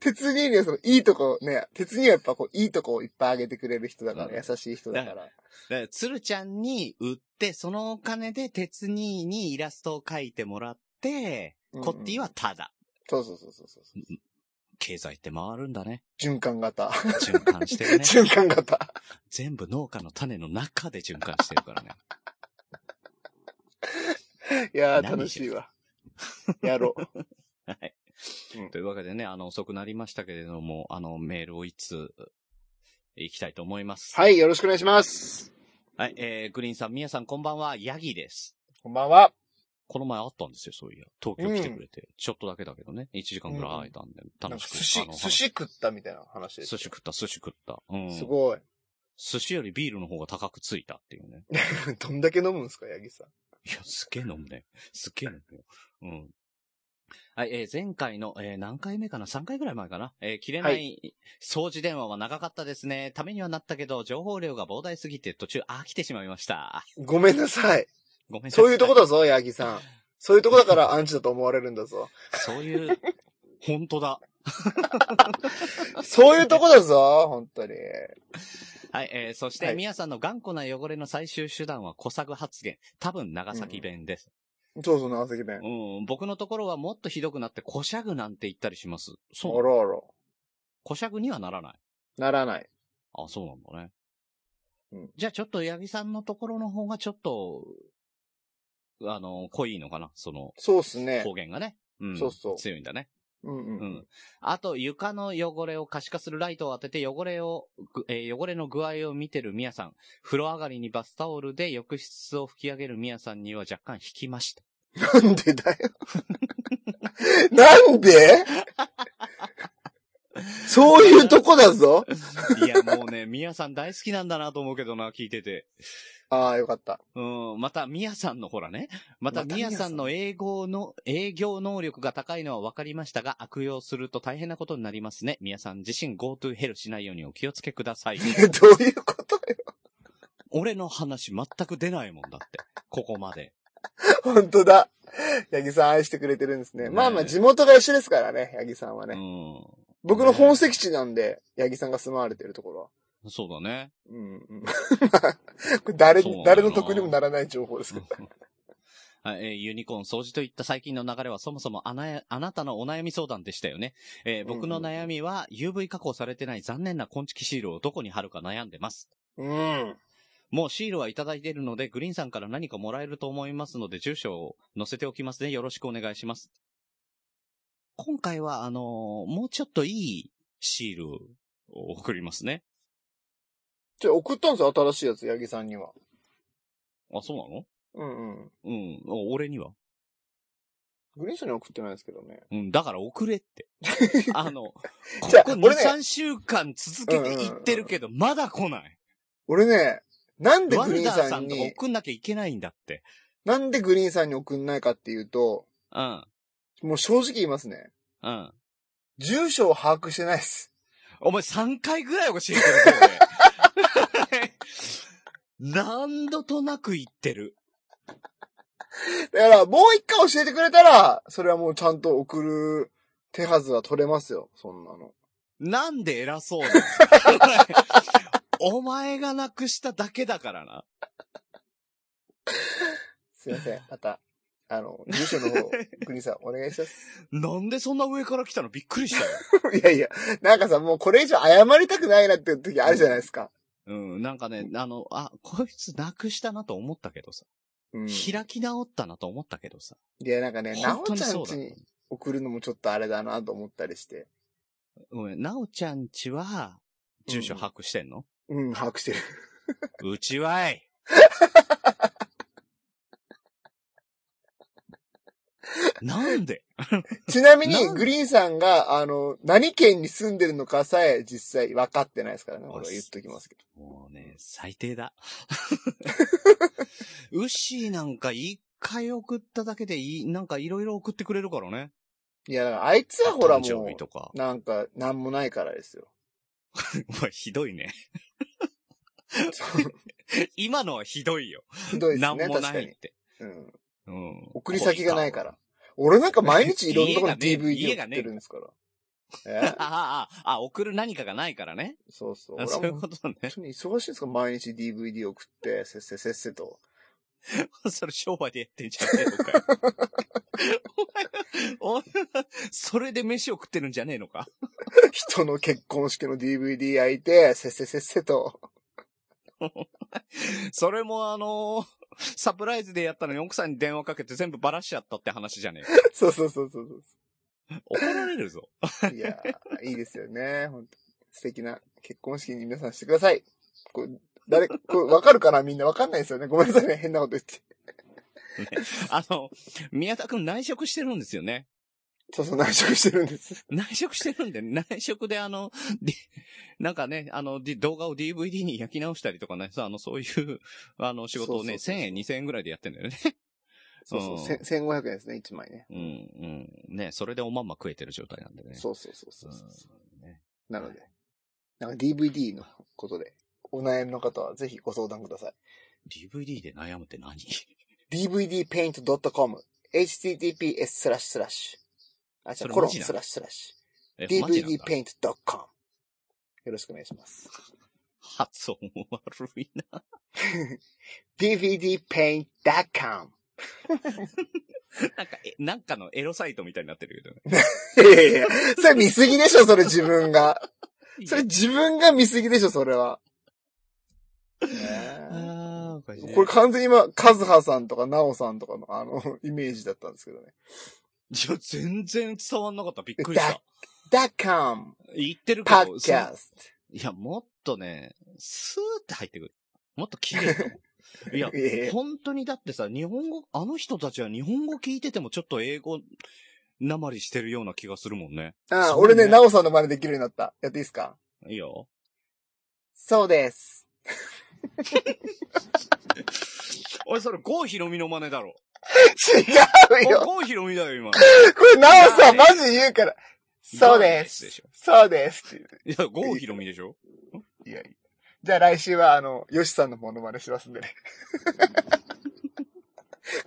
Speaker 1: 鉄兄にはその、いいとこね、鉄兄はやっぱこう、いいとこをいっぱいあげてくれる人だから、
Speaker 3: うん
Speaker 1: 優しい人だか
Speaker 3: だ
Speaker 1: ら。
Speaker 3: だから、鶴ちゃんに売って、そのお金で鉄兄にイラストを描いてもらって、
Speaker 1: うんうん
Speaker 3: コッティはただ。
Speaker 1: そうそうそうそうそう。
Speaker 3: 経済って回るんだね。
Speaker 1: 循環型。
Speaker 3: 循環して るね。
Speaker 1: 循環型。
Speaker 3: 全部農家の種の中で循環してるからね。
Speaker 1: いやー、
Speaker 3: 何
Speaker 1: 楽しいわ。 やろう。
Speaker 3: はい
Speaker 1: う ん。
Speaker 3: というわけでね、あの、遅くなりましたけれども、あの、メールをいつ、いきたいと思います。
Speaker 1: はい、よろしくお願いします。
Speaker 3: はい、えー、グリーンさん、みやさん、こんばんは、ヤギです。
Speaker 1: こんばんは。
Speaker 3: この前あったんですよ、そういや。東京来てくれて。ちょっとだけだけどね。1時間ぐらい会えたんで、
Speaker 1: なん
Speaker 3: 楽
Speaker 1: か
Speaker 3: しく。
Speaker 1: 寿司
Speaker 3: あ、の
Speaker 1: 寿司食ったみたいな話
Speaker 3: 寿
Speaker 1: です。
Speaker 3: 司食った、寿司食った。うん。
Speaker 1: すごい。
Speaker 3: 寿司よりビールの方が高くついたっていうね。
Speaker 1: どんだけ飲むんですか、ヤギさん。
Speaker 3: いや、すげえ飲むね。すげえ飲むよ。うん。はい、えー前回の、えー何回目かな ?3 回ぐらい前かなえー切れな
Speaker 1: はい
Speaker 3: 掃除電話は長かったですね。ためにはなったけど、情報量が膨大すぎて途中飽きてしまいました。
Speaker 1: ごめんなさい。
Speaker 3: ごめんなさい。
Speaker 1: そういうとこだぞ、ヤギさん。そういうとこだからアンチだと思われるんだぞ。
Speaker 3: そういう、本当だ。
Speaker 1: そういうとこだぞ、本当に。
Speaker 3: はい、えーそし
Speaker 1: は
Speaker 3: て、
Speaker 1: い
Speaker 3: みやさんの頑固な汚れの最終手段は小作発言。多分、長崎弁です。
Speaker 1: そうそう、長崎弁。
Speaker 3: うん、僕のところはもっとひどくなって、小しゃぐなんて言ったりします。
Speaker 1: あ
Speaker 3: そう。
Speaker 1: らあら。
Speaker 3: 小しゃぐにはならない。
Speaker 1: ならない。
Speaker 3: あ、そうなんだね。
Speaker 1: うん
Speaker 3: じゃあちょっと、八木さんのところの方がちょっと、あの、濃いのかなその、
Speaker 1: そうっすね。
Speaker 3: 方言がね。うん。
Speaker 1: そうそう
Speaker 3: 強いんだね。
Speaker 1: うんうん。
Speaker 3: うん。あと、床の汚れを可視化するライトを当てて、汚れを、ぐえー汚れの具合を見てるみやさん。風呂上がりにバスタオルで浴室を拭き上げるみやさんには若干引きました。
Speaker 1: なんでだよ。 なんでそういうとこだぞ。
Speaker 3: いや、もうね、みやさん大好きなんだなと思うけどな、聞いてて。
Speaker 1: ああ、よかった。
Speaker 3: うん、また、ミヤさんのほらね。また、
Speaker 1: また
Speaker 3: ミヤさんの
Speaker 1: ミ
Speaker 3: 英語の、営業能力が高いのは分かりましたが、悪用すると大変なことになりますね。ミヤさん自身 GoToHell しないようにお気をつけくださ い。
Speaker 1: どういうことよ。
Speaker 3: 俺の話全く出ないもんだって。ここまで。
Speaker 1: 本当だ。八木さん愛してくれてるんですね。
Speaker 3: ね
Speaker 1: まあまあ、地元が一緒ですからね、八木さんは
Speaker 3: う
Speaker 1: ね。
Speaker 3: ん。
Speaker 1: 僕の本籍地なんで、八木さんが住まわれてるところは。
Speaker 3: そうだね。
Speaker 1: うんうん。これ 誰
Speaker 3: そうなの
Speaker 1: に、誰の得にもならない情報ですけど。
Speaker 3: はいえーユニコーン掃除といった最近の流れはそもそもあなあなたのお悩み相談でしたよね。えー僕の悩みは UV 加工されてない残念な昆虫シールをどこに貼るか悩んでます。
Speaker 1: うん。
Speaker 3: もうシールはいただいているので、グリーンさんから何かもらえると思いますので、住所を載せておきますね。よろしくお願いします。今回は、あのーもうちょっといいシールを送りますね。
Speaker 1: じゃあ送ったんですよ、新しいやつ、八木さんには。
Speaker 3: あ、そうなの
Speaker 1: うんうん。
Speaker 3: うん。お俺には
Speaker 1: グリーンさんには送ってないですけどね。
Speaker 3: うん。だから送れ って。あの、ここ
Speaker 1: じゃあ
Speaker 3: 2、
Speaker 1: 俺ね
Speaker 3: 3週間続けていってるけど、まだ来ない。
Speaker 1: 俺ね、なんで
Speaker 3: ワ
Speaker 1: グリ
Speaker 3: ル
Speaker 1: ー
Speaker 3: ダ
Speaker 1: ン
Speaker 3: ー
Speaker 1: さ
Speaker 3: さ
Speaker 1: ん
Speaker 3: んが
Speaker 1: に、
Speaker 3: 送んなきゃいけないんだって。
Speaker 1: なんでグリーンさんに送んないかっていうと、
Speaker 3: うん。
Speaker 1: もう正直言いますね。
Speaker 3: うん。
Speaker 1: 住所を把握してないです。
Speaker 3: お前3回ぐらい教えてるけどね。何度となく言ってる。
Speaker 1: だから、もう一回教えてくれたら、それはもうちゃんと送る手はずは取れますよ、そんなの。
Speaker 3: なんで偉そうなのお前がなくしただけだからな。
Speaker 1: すいません。また、あの、住所 の方、国さん、お願いします。
Speaker 3: なんでそんな上から来たのびっくりしたよ。
Speaker 1: いやいや、なんかさ、もうこれ以上謝りたくないなっていう時あるじゃないですか。
Speaker 3: うん、なんかね、あの、あ、こいつなくしたなと思ったけどさ。
Speaker 1: うん。い
Speaker 3: 開き直ったなと思ったけどさ。
Speaker 1: や、なんかね、な
Speaker 3: 本
Speaker 1: お
Speaker 3: 当
Speaker 1: ち
Speaker 3: に
Speaker 1: ゃん
Speaker 3: そうだ
Speaker 1: 家に送るのもちょっとあれだなと思ったりして。
Speaker 3: ごめん、なおちゃんちは、住所把握してんの、
Speaker 1: うん、把握してる。
Speaker 3: うちはいなんで
Speaker 1: ちなみに
Speaker 3: な、ん
Speaker 1: グリーンさんが、あの、何県に住んでるのかさえ実際分かってないですからね。これは言っときますけど。
Speaker 3: もうね、最低だ。ウッシーなんか一回送っただけでいい、なんかいろいろ送ってくれるからね。
Speaker 1: いや、だからあいつはほら
Speaker 3: 誕生
Speaker 1: も
Speaker 3: 日とか
Speaker 1: う、。なんか、なんもないからで すよ。
Speaker 3: お前ひどいね。今のはひどいよ。
Speaker 1: ひどいです
Speaker 3: なん
Speaker 1: ね、
Speaker 3: も
Speaker 1: 確
Speaker 3: な
Speaker 1: か
Speaker 3: いっ
Speaker 1: に。
Speaker 3: て。
Speaker 1: うん。
Speaker 3: うん。
Speaker 1: 送り先がないから。俺なんか毎日いろんなところに
Speaker 3: 家がね
Speaker 1: DVD
Speaker 3: 家
Speaker 1: 送
Speaker 3: が
Speaker 1: っ
Speaker 3: ね
Speaker 1: てるんですから。
Speaker 3: あ
Speaker 1: え
Speaker 3: あ、ああ、あ、送る何かがないからね。
Speaker 1: そうそう。
Speaker 3: あ
Speaker 1: 俺は
Speaker 3: そうい
Speaker 1: もう
Speaker 3: う
Speaker 1: 本
Speaker 3: ことね。
Speaker 1: 当に忙しいんですか毎日 DVD 送って、せっせせっせと。
Speaker 3: それ商売でやってんじゃねえのかよ。お前は、お前はそれで飯を食ってるんじゃねえのか。
Speaker 1: 人の結婚式の DVD 焼いて、せっせせっせと。
Speaker 3: それもあのーサプライズでやったのに奥さんに電話かけて全部バラしちゃったって話じゃね
Speaker 1: そうそうそうそうそう。
Speaker 3: えか。怒られるぞ。
Speaker 1: いやー、いいですよね。本当素敵な結婚式に皆さんしてください。こう誰、こうわかるかなみんなわかんないですよね。ごめんなさいね。変なこと言って。
Speaker 3: あの、宮田くん内職してるんですよね。
Speaker 1: そうそう、内職してるんです。
Speaker 3: 内職してるんで、内職であの、でなんかね、あの、で動画を DVD に焼き直したりとかね、そうあの、そういう、あの、仕事をね、
Speaker 1: そうそうそう
Speaker 3: 1000
Speaker 1: そう
Speaker 3: 円、2000円ぐらいでやってんだよね。
Speaker 1: そうそう、
Speaker 3: うん
Speaker 1: せん1500円ですね、1枚ね。
Speaker 3: うん、うん。ね、それでおまんま食えてる状態なんでね。
Speaker 1: そうそうそうそうそう。
Speaker 3: うんね
Speaker 1: なので、なんか DVD のことで、お悩みの方はぜひご相談ください。
Speaker 3: DVD で悩むって 何
Speaker 1: dvdpaint.com https スラッシュスラッシュ。あ、じ
Speaker 3: そ
Speaker 1: ゃ
Speaker 3: れ
Speaker 1: コロン
Speaker 3: マジなの
Speaker 1: スラッシュスラッシ
Speaker 3: え、
Speaker 1: ュ。
Speaker 3: マジなんだ
Speaker 1: dvdpaint.com よろしくお願いします。
Speaker 3: 発音悪いな。
Speaker 1: dvdpaint.com
Speaker 3: なんか、え、なんかのエロサイトみたいになってるけどね。
Speaker 1: いやいやいや、 それ見すぎでしょ、それ自分が。それ自分が見すぎでしょ、それは。ねえ
Speaker 3: あー、おかしいね。
Speaker 1: これ完全に今、カズハさんとかナオさんとかのあの、イメージだったんですけどね。
Speaker 3: いや、全然伝わんなかった。びっくりした。
Speaker 1: dot com
Speaker 3: 言ってるけど、その
Speaker 1: podcast
Speaker 3: いや、もっとね、スーって入ってくる。もっと綺麗だ もん。いや
Speaker 1: いやいや、
Speaker 3: 本当にだってさ、日本語、あの人たちは日本語聞いててもちょっと英語、なまりしてるような気がするもんね。
Speaker 1: あ
Speaker 3: そ
Speaker 1: あ、
Speaker 3: うね
Speaker 1: 俺ね、ナオさんの真似できるようになった。やっていいですか
Speaker 3: いいよ。
Speaker 1: そうです。
Speaker 3: おい、それ、郷ひろみの真似だろ。
Speaker 1: 違う
Speaker 3: お
Speaker 1: よ。
Speaker 3: 郷ひろみだよ、今。
Speaker 1: これナオさんマジ言うから。そ
Speaker 3: そう
Speaker 1: うで
Speaker 3: ですですしょ。
Speaker 1: そうですって
Speaker 3: いや、郷ひろみでしょ
Speaker 1: 言う。いやいや。じゃあ来週はあの、ヨシさんのモノマネします んでね。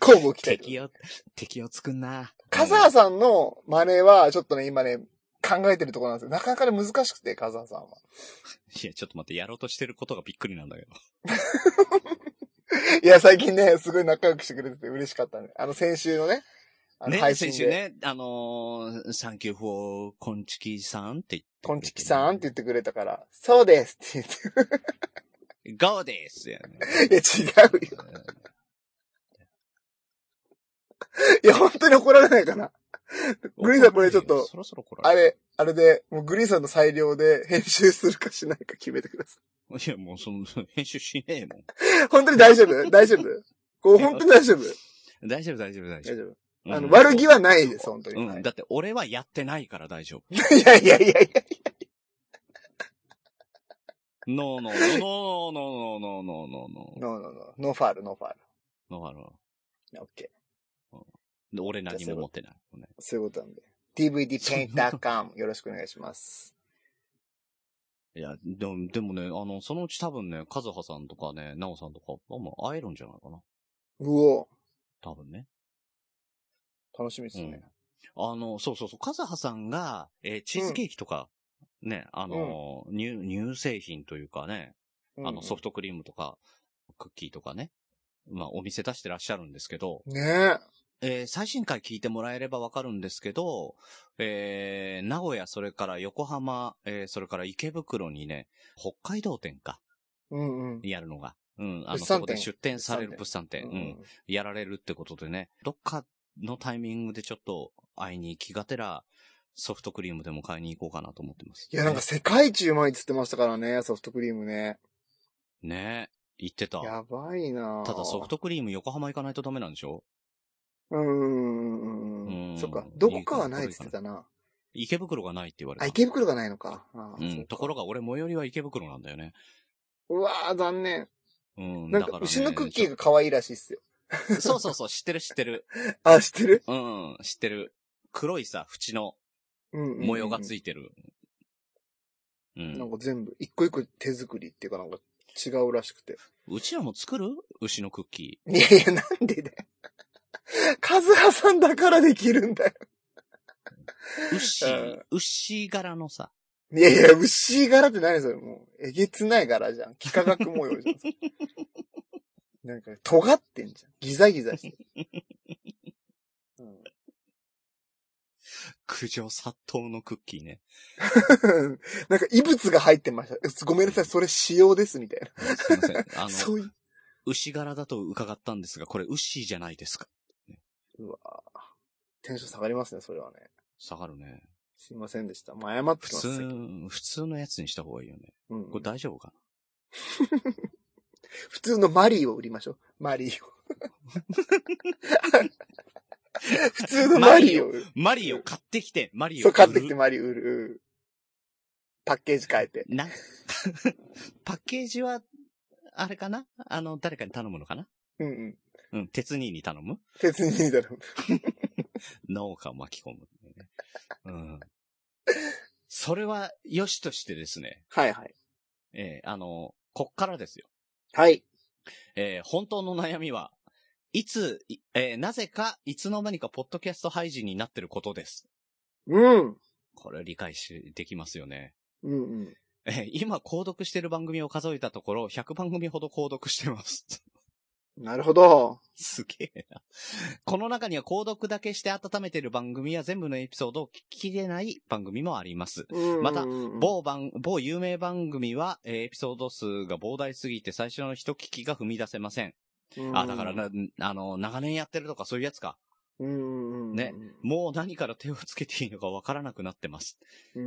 Speaker 1: 交互期待。
Speaker 3: 敵を、敵を作んな。
Speaker 1: カザハさんの真似は、ちょっとね、今ね、考えてるところなんですよ。なかなかね、難しくて、カザハさんは。
Speaker 3: いや、ちょっと待って、やろうとしてることがびっくりなんだけど。
Speaker 1: いや、最近ね、すごい仲良くしてくれてて嬉しかったね。あの、先週のね、あの、
Speaker 3: ね、
Speaker 1: 配信
Speaker 3: 先
Speaker 1: で。
Speaker 3: 週ね、あのー、サンキューフォー、コンチキさんって言ってくれてね。
Speaker 1: コンチキさんって言ってくれたから、そうですって
Speaker 3: ゴーですよね。
Speaker 1: 言って。いや、違うよ。いや、本当に怒られないかな。グリーンさんこれちょっと
Speaker 3: そろそろこれ。
Speaker 1: あれ、あれで、もうグリーンさんの裁量で編集するかしないか決めてくださ
Speaker 3: いや、もうその、編集しねえも
Speaker 1: い。本当に大丈夫大丈夫こう、本当に大丈夫
Speaker 3: ん。大丈夫、大丈夫、大丈
Speaker 1: 大
Speaker 3: 夫。
Speaker 1: 丈夫。あ
Speaker 3: う
Speaker 1: の、
Speaker 3: ん
Speaker 1: 悪気はないです、本当に。
Speaker 3: う
Speaker 1: は
Speaker 3: ん。
Speaker 1: い
Speaker 3: だって俺はやってないから大丈夫。
Speaker 1: いやいやいやいやいや。
Speaker 3: ノーノーノーノーノーノーノーノーノーノー
Speaker 1: ノーノーノー。ノーファール、ノーファー
Speaker 3: ノーあの
Speaker 1: ル。オッケー。
Speaker 3: で俺何も持ってない。
Speaker 1: そういうことなんで。dvdpaint.com よろしくお願いします。
Speaker 3: いや、でも、でもね、あの、そのうち多分ね、カズハさんとかね、ナオさんとか、もう会えるんじゃないかな。
Speaker 1: うお
Speaker 3: 多分ね。
Speaker 1: 楽しみですね。
Speaker 3: あの、そうそうそう、カズハさんが、えーチーズケーキとか、ね、あのー、乳、乳製品というかね、あのソフトクリームとか、クッキーとかね。まあ、お店出してらっしゃるんですけど、
Speaker 1: ねえ。
Speaker 3: えー最新回聞いてもらえればわかるんですけど、えー名古屋、それから横浜、えーそれから池袋にね、北海道店か、
Speaker 1: うんうん。
Speaker 3: やるのが。うん、あの、
Speaker 1: 物産
Speaker 3: そこで
Speaker 1: 展
Speaker 3: 出店される物産
Speaker 1: う
Speaker 3: 店。
Speaker 1: ん
Speaker 3: うん。やられるってことでね、どっかのタイミングでちょっと会いに行きがてら、ソフトクリームでも買いに行こうかなと思ってます。
Speaker 1: いや、なんか世界一うまいっつってましたからね、ソフトクリームね。
Speaker 3: ねえ、行ってた。
Speaker 1: やばいなぁ
Speaker 3: ただソフトクリーム横浜行かないとダメなんでしょ
Speaker 1: うんうんうんうんう。
Speaker 3: うんん
Speaker 1: そっか、どこかはないっつってたな。
Speaker 3: 池袋がないって言われた。
Speaker 1: あ、池袋がないのか。あ
Speaker 3: う
Speaker 1: そ
Speaker 3: ん。
Speaker 1: か
Speaker 3: ところが俺最寄りは池袋なんだよね。
Speaker 1: うわぁ、残念。
Speaker 3: うん。
Speaker 1: なん
Speaker 3: だ
Speaker 1: か、
Speaker 3: らね
Speaker 1: 牛のクッキーが可愛いらしいっすよ。
Speaker 3: そうそうそう、知ってる知ってる。
Speaker 1: あ、知ってる
Speaker 3: うん、知ってる。黒いさ、縁の
Speaker 1: うんうんうん。
Speaker 3: 模様がつ
Speaker 1: い
Speaker 3: いてる。う
Speaker 1: てなん
Speaker 3: ん。
Speaker 1: か全部、一個一個手作りっていうかなんか違うらしくて。
Speaker 3: うちらも作る牛のクッキ
Speaker 1: いやいや、なんでだよ。 カズハさんだからできるんだよ。
Speaker 3: ー。牛
Speaker 1: うん、
Speaker 3: 牛柄のさ、
Speaker 1: いやいや、牛柄って何それもう、えげつない柄じゃん。幾何学模様じゃん それ。なんか、尖ってんじゃん。ギザギザしてる。
Speaker 3: 苦情殺到のクッキーね。
Speaker 1: うん、 なんか、異物が入ってましたえ。ごめんなさい、それ仕様です、みたいな。
Speaker 3: すいません。あ
Speaker 1: そ
Speaker 3: の、
Speaker 1: ういう。
Speaker 3: 牛柄だと伺ったんですが、これ牛じゃないですか。
Speaker 1: うわぁテンション下がりますね、それはね。
Speaker 3: 下がるね。
Speaker 1: すいませんでした。もう謝って
Speaker 3: 普
Speaker 1: きます。
Speaker 3: 通、普通のやつにした方がいいよね。
Speaker 1: うん
Speaker 3: これ大丈夫か
Speaker 1: 普通のマリーを売りましょう。マリ ーを。普通のマリーを売る。
Speaker 3: なマリオ買ってきて、マリオ。
Speaker 1: そう、買ってきて
Speaker 3: 売る
Speaker 1: マリー売る。パッケージ変えて。
Speaker 3: な。 パッケージは、あれかなあの、誰かに頼むのかな
Speaker 1: うんうん。
Speaker 3: うん、鉄人に頼む
Speaker 1: 別にいいだろう。
Speaker 3: 農家を巻き込む、うん。それは、良しとしてですね。
Speaker 1: はいはい。
Speaker 3: えーあの、こっからですよ。
Speaker 1: はい。
Speaker 3: えー本当の悩みは、いつ、いえーなぜか、いつの間にか、ポッドキャスト配信になってることです。
Speaker 1: うん。
Speaker 3: これ理解し、できますよね。
Speaker 1: うんうん。
Speaker 3: えー今、購読してる番組を数えたところ、100番組ほど購読してます。
Speaker 1: なるほど。
Speaker 3: すげえな。この中には、購読だけして温めてる番組や全部のエピソードを聞ききれない番組もあります。
Speaker 1: うん
Speaker 3: また
Speaker 1: 某。
Speaker 3: 某番、某有名番組は、えーエピソード数が膨大すぎて最初の一聞きが踏み出せません。
Speaker 1: うん
Speaker 3: あ、だから。な、あの、長年やってるとかそういうやつか。
Speaker 1: うんうんうん。
Speaker 3: ね。もう何から手をつけていいのかわからなくなってます。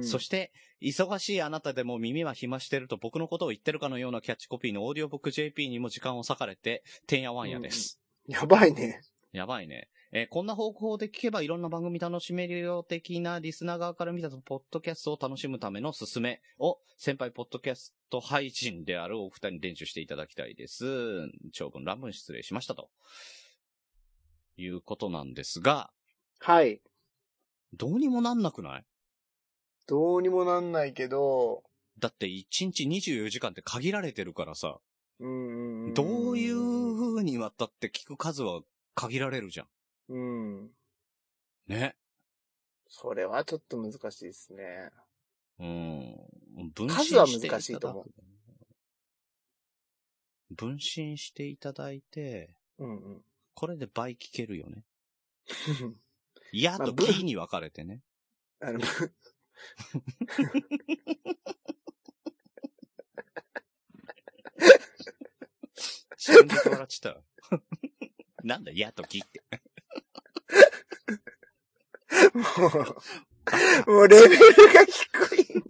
Speaker 3: そ
Speaker 1: て。
Speaker 3: して、忙しいあなたでも耳は暇してると僕のことを言ってるかのようなキャッチコピーのオーディオブック JP にも時間を割かれて、てんやわんやです。
Speaker 1: やばいね。
Speaker 3: やばいね。えーこんな方法で聞けばいろんな番組楽しめるよ的なリスナー側から見たと、ポッドキャストを楽しむためのすすめを、先輩ポッドキャスト配信であるお二人に練習していただきたいです。長文乱文失礼しましたと。いうことなんですが、
Speaker 1: はい。
Speaker 3: どうにもなんなくない
Speaker 1: どうにもなんないけど、
Speaker 3: だって1日24時間って限られてるからさ、
Speaker 1: うんうんん。
Speaker 3: どういう風にわたって聞く数は限られるじゃん。
Speaker 1: うん。
Speaker 3: ね。
Speaker 1: それはちょっと難しいですね。
Speaker 3: うん。分
Speaker 1: 数は難しいと思
Speaker 3: う。分身していただいて、
Speaker 1: うんうん。
Speaker 3: これで倍聞けるよね。や
Speaker 1: まあ
Speaker 3: と
Speaker 1: 分
Speaker 3: キに分かれてね。
Speaker 1: あ の、
Speaker 3: 死んで笑っちゃったわ。 なんだ、やとキって。
Speaker 1: もう、もうレベルが低いん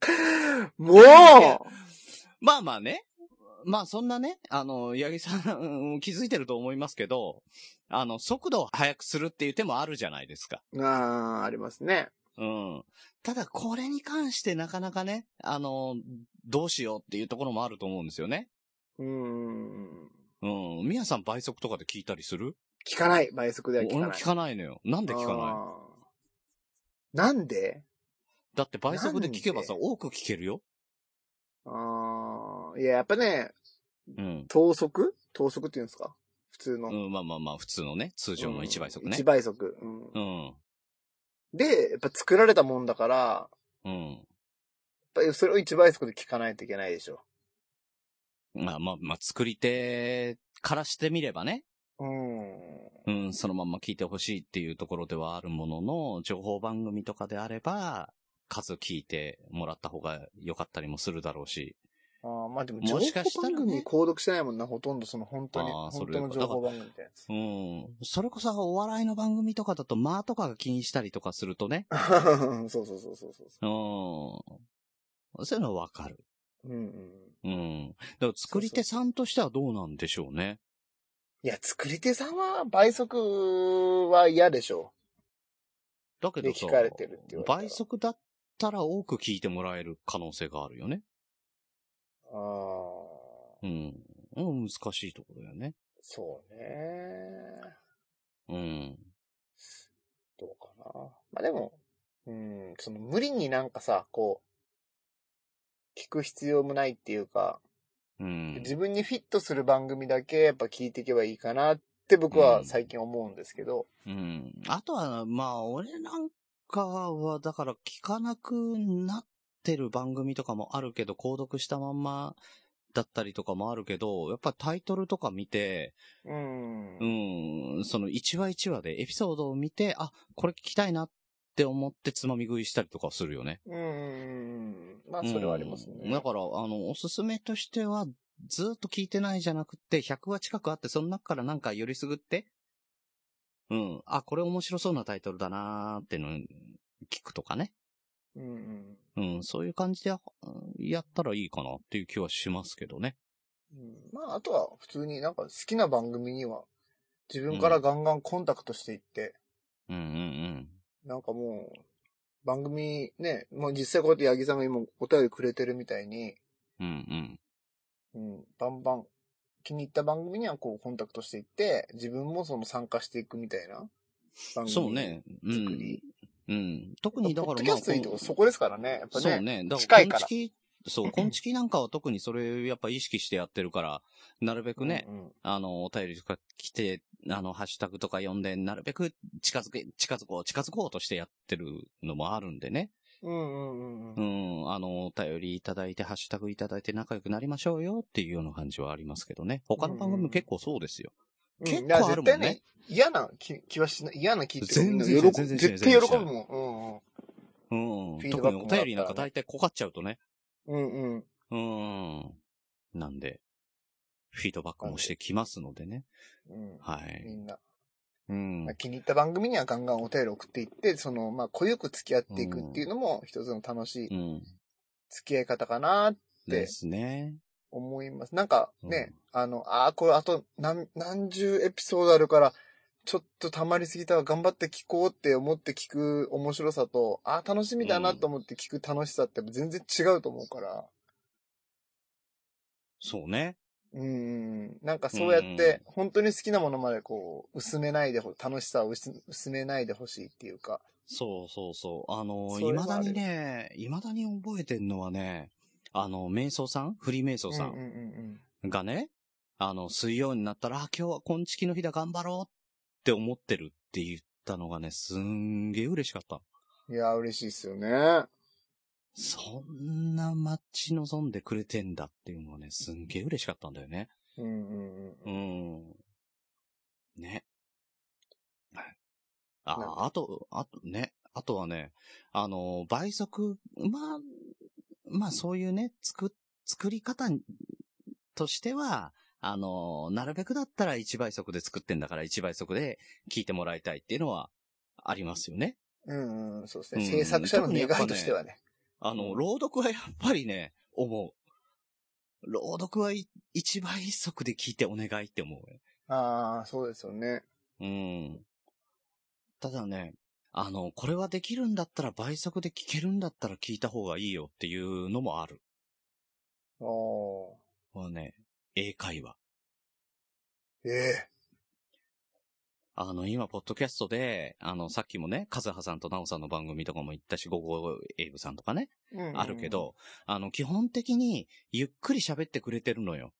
Speaker 1: だ。もう
Speaker 3: まあまあね。まあそんなね、あの、八木さん、気づいてると思いますけど、あの、速度を速くするっていう手もあるじゃないですか。
Speaker 1: ああ、ありますね。
Speaker 3: うん。ただ、これに関してなかなかね、あの、どうしようっていうところもあると思うんですよね。
Speaker 1: うーん。
Speaker 3: うん。みやさん倍速とかで聞いたりする
Speaker 1: 聞かない。倍速では聞か
Speaker 3: 俺
Speaker 1: ない。
Speaker 3: も聞かないのよ。なんで聞かない
Speaker 1: あーなんで
Speaker 3: だって倍速で聞けばさ、
Speaker 1: な
Speaker 3: 多く聞けるよ。
Speaker 1: ああ、いや、やっぱね、
Speaker 3: うん。
Speaker 1: 等速等速って言うんですか普通の。
Speaker 3: うん、まあまあまあ、普通のね、通常の1倍速
Speaker 1: 1
Speaker 3: ね。
Speaker 1: 倍速。うん
Speaker 3: うん。
Speaker 1: で、やっぱ作られたもんだから、
Speaker 3: うん。
Speaker 1: やっぱりそれを1倍速で聞かないといけないでしょ。
Speaker 3: まあまあまあ、作り手からしてみればね、
Speaker 1: う
Speaker 3: う
Speaker 1: ん。
Speaker 3: ん、そのまんま聞いてほしいっていうところではあるものの、情報番組とかであれば、数聞いてもらった方が良かったりもするだろうし。
Speaker 1: あーまあでも、情
Speaker 3: も
Speaker 1: 報
Speaker 3: しかしたらね
Speaker 1: 番組に購読してないもんな、ほとんどその本当に、
Speaker 3: あーそ
Speaker 1: 本
Speaker 3: れ
Speaker 1: 当の情報番組みたいなやつ。
Speaker 3: うん。それこそお笑いの番組とかだと間とかが気にしたりとかするとね。
Speaker 1: そうそうそうそうそう
Speaker 3: うん
Speaker 1: そ。
Speaker 3: そういうのはわかる。
Speaker 1: う。うん
Speaker 3: う
Speaker 1: うん。
Speaker 3: ん。だから作り手さんとしてはどうなんでしょうね。
Speaker 1: いや、作り手さんは倍速は嫌でしょ
Speaker 3: だけどさ
Speaker 1: で聞かれてるって言われたら
Speaker 3: 倍速だったら多く聞いてもらえる可能性があるよね。
Speaker 1: う。あ
Speaker 3: う
Speaker 1: あ、
Speaker 3: ん。うん、難しいところだよね。
Speaker 1: そうね。
Speaker 3: うん。
Speaker 1: どうかな。まあでも、うん、その無理になんかさ、こう、聞く必要もないっていうか、
Speaker 3: うん。
Speaker 1: 自分にフィットする番組だけやっぱ聞いていけばいいかなって僕は最近思うんですけど、
Speaker 3: うん。あとは、まあ、俺なんかは、だから聞かなくなってる番組とかもあるけど、購読したまんまだったりとかもあるけど、やっぱタイトルとか見て、
Speaker 1: う
Speaker 3: う
Speaker 1: ん。うん。
Speaker 3: ん、その1話1話でエピソードを見て、あ、これ聞きたいなって思ってつまみ食いしたりとかするよね。
Speaker 1: うん。まあそれはありますね。
Speaker 3: うんだから、あの、おすすめとしては、ずっと聞いてないじゃなくて、100話近くあって、その中からなんかよりすぐって、うん。あ、これ面白そうなタイトルだなーってのを聞くとかね。
Speaker 1: うんうん。
Speaker 3: うん、そういう感じでうんやったらいいかなっていう気はしますけどね。
Speaker 1: うんまあ、あとは普通になんか好きな番組には自分からガンガンコンタクトしていって、
Speaker 3: うんうん
Speaker 1: なんかもう、番組ね、もう実際こうやって八木さんが今お便りくれてるみたいに、
Speaker 3: うん。うんうん。
Speaker 1: うん、バンバン気に入った番組にはこうコンタクトしていって、自分もその参加していくみたいな番組。
Speaker 3: そう。ね。う
Speaker 1: 作
Speaker 3: ん
Speaker 1: り。。
Speaker 3: うん。特
Speaker 1: ポ
Speaker 3: にだか
Speaker 1: ッド
Speaker 3: ら
Speaker 1: キャストいいとこそこですからね。やっぱ
Speaker 3: そう
Speaker 1: ね。
Speaker 3: ね。だ
Speaker 1: 近
Speaker 3: から、
Speaker 1: い
Speaker 3: こ
Speaker 1: か
Speaker 3: ん
Speaker 1: ら
Speaker 3: ちき、そう、こんちきなんかは特にそれ、やっぱ意識してやってるから、なるべくね、
Speaker 1: うん
Speaker 3: あの、お便りとか来て、あの、ハッシュタグとか読んで、なるべく近づけ、近づこう、近づこうとしてやってるのもあるんでね。
Speaker 1: うんうんうん
Speaker 3: う
Speaker 1: うん。
Speaker 3: ん、あの、お便りいただいて、ハッシュタグいただいて仲良くなりましょうよっていうような感じはありますけどね。他の番組も結構そうですよ。結構あるもんね
Speaker 1: いや絶対ね、嫌な気気はしない。嫌な気っていうか
Speaker 3: 全然
Speaker 1: 喜ぶ
Speaker 3: 全然
Speaker 1: 絶対喜ぶもん。
Speaker 3: うん、
Speaker 1: フィード
Speaker 3: 特
Speaker 1: バッ
Speaker 3: に
Speaker 1: クも
Speaker 3: お
Speaker 1: らったらね
Speaker 3: 便りなんか大体こかっちゃうとね。
Speaker 1: うんうん。うんうん。
Speaker 3: うん。なんで、フィードバックもしてきますのでね。
Speaker 1: うん
Speaker 3: は
Speaker 1: み
Speaker 3: い。
Speaker 1: んな。
Speaker 3: うん。
Speaker 1: 気に入った番組にはガンガンお便り送っていって、その、まあ、濃ゆく付き合っていくっていうのも一つの楽しい
Speaker 3: うん。
Speaker 1: 付き合い方かなって
Speaker 3: ですね。
Speaker 1: 思います。なんかね、あの、ああ、これあと何、何十エピソードあるから、ちょっと溜まりすぎたわ、頑張って聞こうって思って聞く面白さと、ああ、楽しみだなと思って聞く楽しさって全然違うと思うから、
Speaker 3: そうね。
Speaker 1: うん、なんかそうやって、本当に好きなものまでこう、薄めないでほ、楽しさを薄薄めないでほしいっていうか、
Speaker 3: そうそうそう。あの、
Speaker 1: そ
Speaker 3: い
Speaker 1: れ
Speaker 3: ま
Speaker 1: は
Speaker 3: だ
Speaker 1: ある
Speaker 3: にね、いまだに覚えてんのはね、あの、瞑想さんフリー瞑想さ
Speaker 1: うんうんんうん
Speaker 3: がね、あの、水曜になったら、あ今日は今月の日だ、頑張ろうって思ってるって言ったのがね、すんげえ嬉しかった。
Speaker 1: うん。いや、嬉しいっすよね。
Speaker 3: そんな待ち望んでくれてんだっていうのはね、すんげえ嬉しかったんだよね。
Speaker 1: うんうん
Speaker 3: う
Speaker 1: うん。
Speaker 3: ん。ね。はい
Speaker 1: なん
Speaker 3: あ、あと、あとね、あとはね、あの、倍速、まあ、まあそういうね、作、作り方にとしては、あの、なるべくだったら1倍速で作ってんだから1倍速で聞いてもらいたいっていうのはありますよね。
Speaker 1: うんうん、そうです
Speaker 3: う
Speaker 1: ね。
Speaker 3: ん
Speaker 1: 制作者の願い
Speaker 3: 特にやっぱね
Speaker 1: としてはね。
Speaker 3: あ
Speaker 1: う
Speaker 3: の、
Speaker 1: ん
Speaker 3: 朗読はやっぱりね、思う。朗読はい1倍速で聞いてお願いって思う。
Speaker 1: ああ、そうですよね。
Speaker 3: うん。ただね、あの、これはできるんだったら倍速で聞けるんだったら聞いた方がいいよっていうのもある。
Speaker 1: おー。
Speaker 3: このね、英会話。
Speaker 1: ええ
Speaker 3: あの、今、ポッドキャストで、あの、さっきもね、カズハさんとナオさんの番組とかも行ったし、ゴゴエイブさんとかね、
Speaker 1: うんうん
Speaker 3: あるけ。ど、あの、基本的に、ゆっくり喋ってくれてるのよ。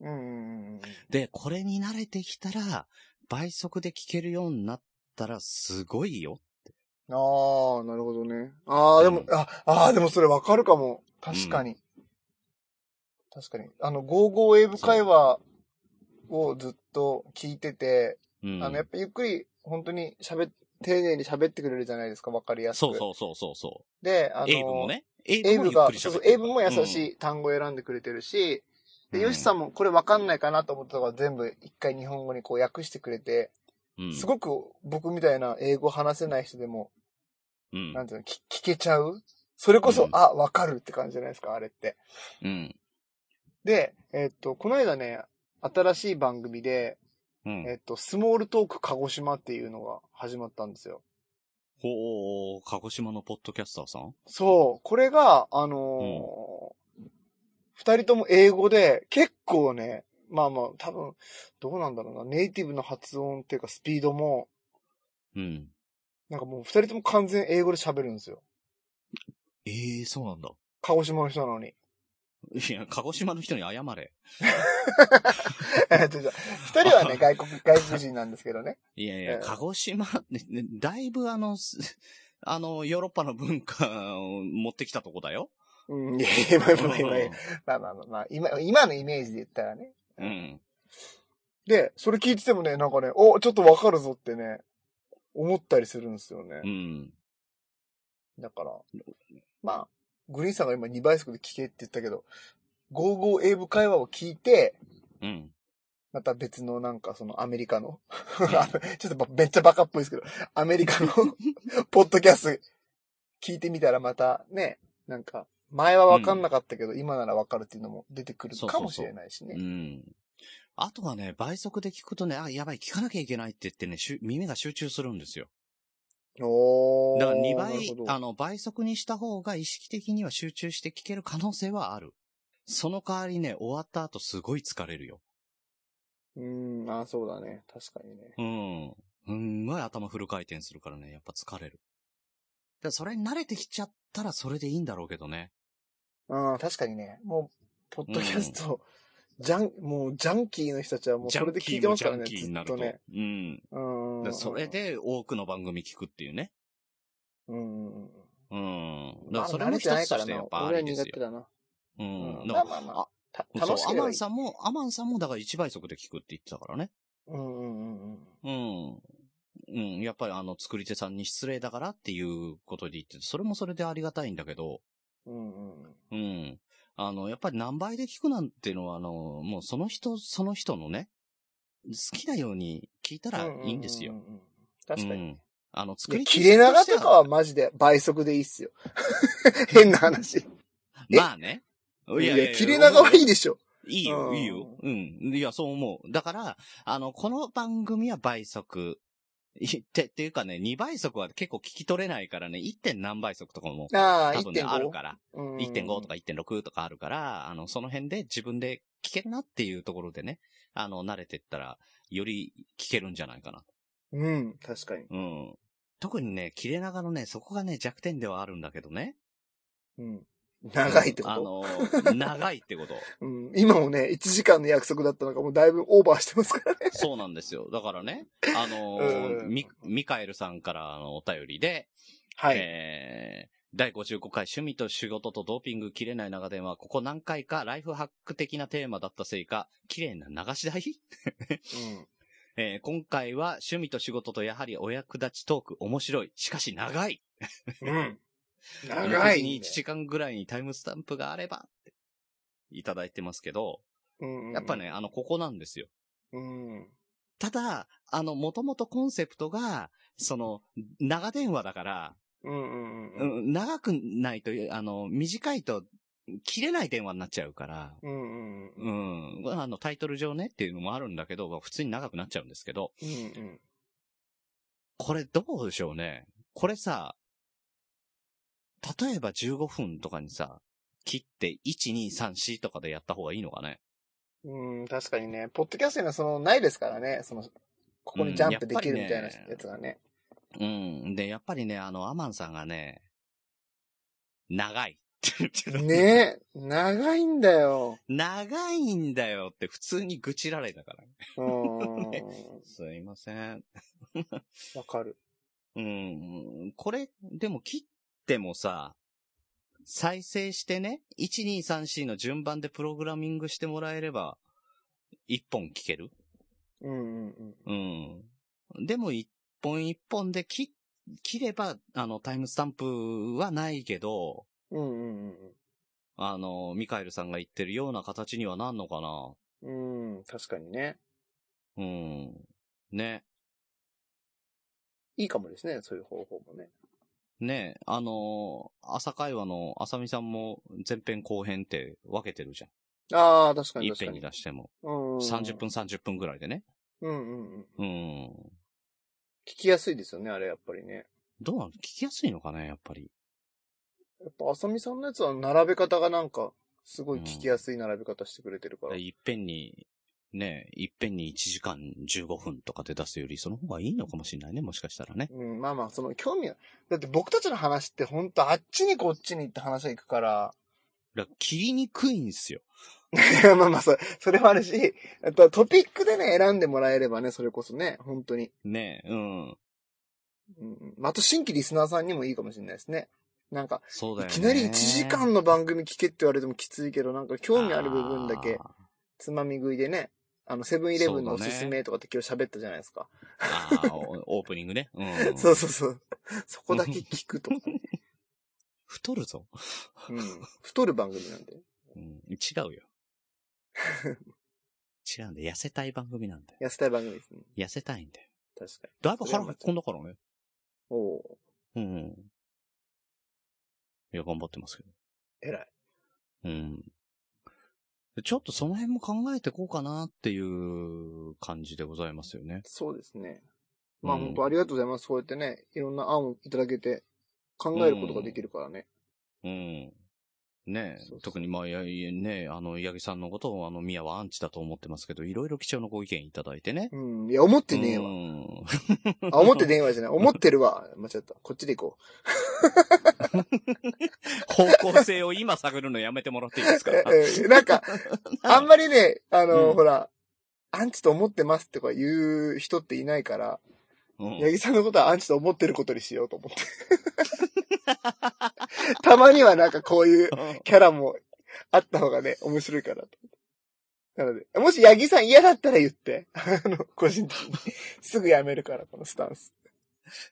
Speaker 1: うんうんうん
Speaker 3: で、これに慣れてきたら、倍速で聞けるようになったら、すごいよ。
Speaker 1: うん。ああ、なるほどね。ああ、でも、
Speaker 3: うん
Speaker 1: あ、ああ、でもそれわかるかも。確かに。確かに。あの、55英語会話をずっと聞いてて、
Speaker 3: うん。
Speaker 1: あの、やっぱゆっくり、本当に喋っ、丁寧に喋ってくれるじゃないですか、わかりやすく。。
Speaker 3: そうそうそうそうそう
Speaker 1: で、あ
Speaker 3: う。
Speaker 1: の、
Speaker 3: エイブもね。エイ
Speaker 1: エイ
Speaker 3: ブも
Speaker 1: ブ
Speaker 3: ゆっ
Speaker 1: が
Speaker 3: く、り
Speaker 1: そう
Speaker 3: 喋
Speaker 1: そ
Speaker 3: っ
Speaker 1: う、
Speaker 3: てる
Speaker 1: エイブも優
Speaker 3: い。
Speaker 1: しい単語を選んでくれてるし、
Speaker 3: う
Speaker 1: で、ヨシさんもこれわかんないかなと思ったのが全部一回日本語にこう訳してくれて、
Speaker 3: うん
Speaker 1: すごく僕みたいな英語話せない人でも、
Speaker 3: うん
Speaker 1: なんていうの、聞聞けちゃうそれこそ、
Speaker 3: うん
Speaker 1: あ、わかるって感じじゃないですか、あれって。
Speaker 3: うん。
Speaker 1: で、えっと、この間ね、新しい番組で、
Speaker 3: うん。
Speaker 1: えっと、スモールトーク鹿児島っていうのが始まったんですよ。
Speaker 3: ほう、鹿児島のポッドキャスターさん
Speaker 1: そう、これが、あのー二、人とも英語で、結構ね、まあまあ、多分、どうなんだろうな、ネイティブの発音っていうかスピードも、
Speaker 3: うん。
Speaker 1: なんかもう二人とも完全英語で喋るんですよ。
Speaker 3: ええそうなんだ。
Speaker 1: 鹿児島の人なのに。
Speaker 3: いや、鹿児島の人に謝れ。
Speaker 1: えっとじゃあ二人はね、外国、外国人なんですけどね。
Speaker 3: いやい
Speaker 1: え
Speaker 3: や、
Speaker 1: え
Speaker 3: 鹿児島、ねねだいぶあの、す あの、ヨーロッパの文化を持ってきたとこだ よ。
Speaker 1: うん、いやいやまあまあまあ
Speaker 3: うん
Speaker 1: まあまあまあまあ、今、今のイメージで言ったらね。
Speaker 3: うん。
Speaker 1: で、それ聞いててもね、なんかね、お、ちょっとわかるぞってね、思ったりするんですよね
Speaker 3: う。ん。
Speaker 1: だから、まあ、グリーンさんが今2倍速で聞けって言ったけど、55英語会話を聞いて、
Speaker 3: うん。
Speaker 1: また別のなんかそのアメリカの、 ちょっとばめっちゃバカっぽいですけど、アメリカの ポッドキャスト聞いてみたらまたね、なんか、前はわかんなかったけど、今ならわかるっていうのも出てくる
Speaker 3: そうそうそ
Speaker 1: か
Speaker 3: う
Speaker 1: もしれないしね。
Speaker 3: うん。あとはね、倍速で聞くとね、あ、やばい、聞かなきゃいけないって言ってね、しゅ耳が集中するんですよ。
Speaker 1: おー。
Speaker 3: だから2
Speaker 1: なるほ
Speaker 3: 倍
Speaker 1: ど、
Speaker 3: あの、倍速にした方が意識的には集中して聞ける可能性はある。その代わりね、終わった後すごい疲れるよ。
Speaker 1: うーん、あ、そうだね。確かにね。
Speaker 3: うん。うん、まい頭フル回転するからね、やっぱ疲れる。だからそれに慣れてきちゃったらそれでいいんだろうけどね。
Speaker 1: うん、確かにね。もう、ポッドキャスト、ジャン、もう、ジャンキーの人たちはもう
Speaker 3: ジ
Speaker 1: そ
Speaker 3: ャ
Speaker 1: れ
Speaker 3: ン
Speaker 1: で
Speaker 3: キ
Speaker 1: 聞い
Speaker 3: ー
Speaker 1: て
Speaker 3: も
Speaker 1: ます
Speaker 3: ジ
Speaker 1: か
Speaker 3: ャ
Speaker 1: ら
Speaker 3: ン
Speaker 1: ね、
Speaker 3: キー
Speaker 1: ず
Speaker 3: にな
Speaker 1: っ
Speaker 3: ると。
Speaker 1: とね。
Speaker 3: うん。だ
Speaker 1: う
Speaker 3: か
Speaker 1: んう
Speaker 3: ら
Speaker 1: ん。
Speaker 3: それ、で多くの番組聞くっていうね。
Speaker 1: うんうんうん。
Speaker 3: うん。だか
Speaker 1: ま
Speaker 3: ら
Speaker 1: あ、
Speaker 3: それ
Speaker 1: 慣
Speaker 3: も
Speaker 1: れ
Speaker 3: 一
Speaker 1: てない
Speaker 3: つ
Speaker 1: か
Speaker 3: と
Speaker 1: ら
Speaker 3: してや
Speaker 1: な
Speaker 3: っ。ぱあ
Speaker 1: 俺は
Speaker 3: りで
Speaker 1: 苦
Speaker 3: す
Speaker 1: 手
Speaker 3: よ。
Speaker 1: だな。
Speaker 3: う。
Speaker 1: うん
Speaker 3: だ
Speaker 1: ん。ま
Speaker 3: か
Speaker 1: あまあまあ。た
Speaker 3: ら、
Speaker 1: 楽し
Speaker 3: そう、
Speaker 1: け
Speaker 3: ア
Speaker 1: れ
Speaker 3: マ
Speaker 1: ば
Speaker 3: ン
Speaker 1: いい。
Speaker 3: さんも、アマンさんもだから1倍速で聞くって言ってたからね。
Speaker 1: うんうんうんうん。
Speaker 3: うん。うん。やっぱりあの、作り手さんに失礼だからっていうことで言ってて、それもそれでありがたいんだけど、
Speaker 1: うんうんうん。
Speaker 3: うん。あの、やっぱり何倍で聞くなんてのは、あの、もうその人、その人のね、好きなように聞いたらいいんですよ
Speaker 1: う。ううんうん。確か
Speaker 3: う
Speaker 1: に。
Speaker 3: んあの、
Speaker 1: い
Speaker 3: 作
Speaker 1: や
Speaker 3: り手
Speaker 1: 切れ長
Speaker 3: と
Speaker 1: と
Speaker 3: して
Speaker 1: かはマジで倍速でいいっす よ。変な話。い
Speaker 3: まあね。い
Speaker 1: や、切れ長はいいでしょ。
Speaker 3: いいよ、
Speaker 1: うん
Speaker 3: いいよ。うん。いや、そう思う。だから、あの、この番組は倍速。いって、っていうかね、2倍速は結構聞き取れないからね、1. 何倍速とかも、
Speaker 1: ああ、
Speaker 3: 多分ね、
Speaker 1: 1.5。
Speaker 3: あるから。
Speaker 1: うん。
Speaker 3: 1.5とか1.6とかあるから、あの、その辺で自分で聞けるなっていうところでね、あの、慣れてったら、より聞けるんじゃないかな。
Speaker 1: うん、確かに。
Speaker 3: うん。特にね、切れ長のね、そこがね、弱点ではあるんだけどね。
Speaker 1: うん。長いってこと、
Speaker 3: あの、長いってこと。
Speaker 1: うん、今もね、1時間の約束だったのがもうだいぶオーバーしてますからね。
Speaker 3: そうなんですよ。だからね、あの、
Speaker 1: うん
Speaker 3: ミ、ミカエルさんからのお便りで、
Speaker 1: はい。
Speaker 3: えー第55回趣味と仕事とドーピング切れない長電話、ここ何回かライフハック的なテーマだったせいか、綺麗な流し台えー今回は趣味と仕事とやはりお役立ちトーク面白い。しかし長い。
Speaker 1: うん。うん。長
Speaker 3: 長
Speaker 1: い、
Speaker 3: い。に1時間ぐらいにタイムスタンプがあればっていただいてますけど、
Speaker 1: うんうん
Speaker 3: やっぱ。ね、あの、ここなんですよ。
Speaker 1: うん。
Speaker 3: ただ、あの、もともとコンセプトが、その、長電話だから、
Speaker 1: うんうん
Speaker 3: う
Speaker 1: うん。
Speaker 3: ん、長くないという、あの、短いと、切れない電話になっちゃうから、
Speaker 1: うんうんうん。
Speaker 3: うん、あの、タイトル上ねっていうのもあるんだけど、まあ普通に長くなっちゃうんですけど、
Speaker 1: うん
Speaker 3: これどうでしょうね。これさ、例えば15分とかにさ、切って1234とかでやった方がいいのかね。
Speaker 1: うん。うん、確かにね、ポッドキャストにはその、ないですからね、その、ここにジャンプできるみたいなやつがね。
Speaker 3: うん。で、やっぱりね、あの、アマンさんがね、長いって言ってた
Speaker 1: ねえ、長いんだよ。
Speaker 3: 長いんだよって普通に愚痴られたから。
Speaker 1: うん。
Speaker 3: すいません。
Speaker 1: わかる。
Speaker 3: うん。これ、でも切ってもさ、再生してね、1234の順番でプログラミングしてもらえれば、一本聞ける
Speaker 1: うんうんうん。
Speaker 3: うん。でも一本一本で切、切れば、あの、タイムスタンプはないけど、
Speaker 1: うんうん
Speaker 3: あの、ミカエルさんが言ってるような形にはなんのかな
Speaker 1: うん。うん、確かにね。
Speaker 3: うん。ね。
Speaker 1: いいかもですね、そういう方法もね。
Speaker 3: ねあの、朝会話の浅見さんも前編後編って分けてるじゃ
Speaker 1: ああ、確か
Speaker 3: ん。
Speaker 1: に
Speaker 3: 一
Speaker 1: 確か
Speaker 3: 遍に
Speaker 1: に。
Speaker 3: 出しても。
Speaker 1: うんうん
Speaker 3: 30分。30分ぐらいでね。
Speaker 1: うんうんうん。
Speaker 3: うん。
Speaker 1: 聞きやすいですよね、あれやっぱりね。
Speaker 3: どうなの聞きやすいのかねやっぱり。
Speaker 1: やっぱ、あさみさんのやつは並べ方がなんか、すごい聞きやすい並べ方してくれてるから。
Speaker 3: いっぺんに、ねいっぺんに1時間15分とかで出すより、その方がいいのかもしれないね。もしかしたらね。
Speaker 1: うん、まあまあ、その興味は、だって僕たちの話って本当あっちにこっちにって話が行くから、
Speaker 3: だから切りにくいんすよ。
Speaker 1: いやまあまあそ、それもあるし、あとトピックでね、選んでもらえればね、それこそね、本当に。
Speaker 3: ねうん。
Speaker 1: うん、まああと新規リスナーさんにもいいかもしれないですね。なんか、
Speaker 3: そうだ
Speaker 1: い
Speaker 3: よね。
Speaker 1: きなり1時間の番組聞けって言われてもきついけど、なんか興味ある部分だけ
Speaker 3: あ、ー。
Speaker 1: つまみ食いでね、あの、セブンイレブンの
Speaker 3: そ
Speaker 1: お
Speaker 3: うだ
Speaker 1: す
Speaker 3: ね
Speaker 1: すめとかって今日喋ったじゃないですか。
Speaker 3: あーおオープニングね。うん。
Speaker 1: そう そうそう。そこだけ聞くとかね。
Speaker 3: 太るぞ。
Speaker 1: うん。太る番組なんで。
Speaker 3: うん。違う よ。違うんだよ。痩せたい番組なんだよ。
Speaker 1: 痩せたい番組ですね。
Speaker 3: 痩せたいんだよ。
Speaker 1: 確かに。
Speaker 3: だいぶ腹が込んだからね。
Speaker 1: おお
Speaker 3: うん。いや、頑張ってますけど。
Speaker 1: ー偉い。
Speaker 3: うん。ちょっとその辺も考えてこうかなっていう感じでございますよね。
Speaker 1: そうですね。まあ
Speaker 3: うん
Speaker 1: 本当ありがとうございます。そうやってね、いろんな案をいただけて、考えることができるからね。
Speaker 3: うん。ねえ
Speaker 1: そうそう
Speaker 3: 特にまあ、やねえあの、八木さんのことを、あの、宮はアンチだと思ってますけど、いろいろ貴重なご意見いただいてね。
Speaker 1: うん。いや、思ってねえ
Speaker 3: う
Speaker 1: わ。
Speaker 3: ん
Speaker 1: あ、思ってねえわじ ゃない。思ってるわ。間違った。こっちで行こ
Speaker 3: 方向性を今探るのやめてもらっていいです
Speaker 1: う。
Speaker 3: か
Speaker 1: ええなんか、あんまりね、あの、
Speaker 3: うん
Speaker 1: ほら、アンチと思ってますとか言う人っていないから、
Speaker 3: うん
Speaker 1: 八木さんのことはアンチと思ってることにしようと思って。 たまにはなんかこういうキャラもあった方がね、面白いかなと。なので、もし八木さん嫌だったら言って、あの、個人的に。すぐやめるから、このスタンス。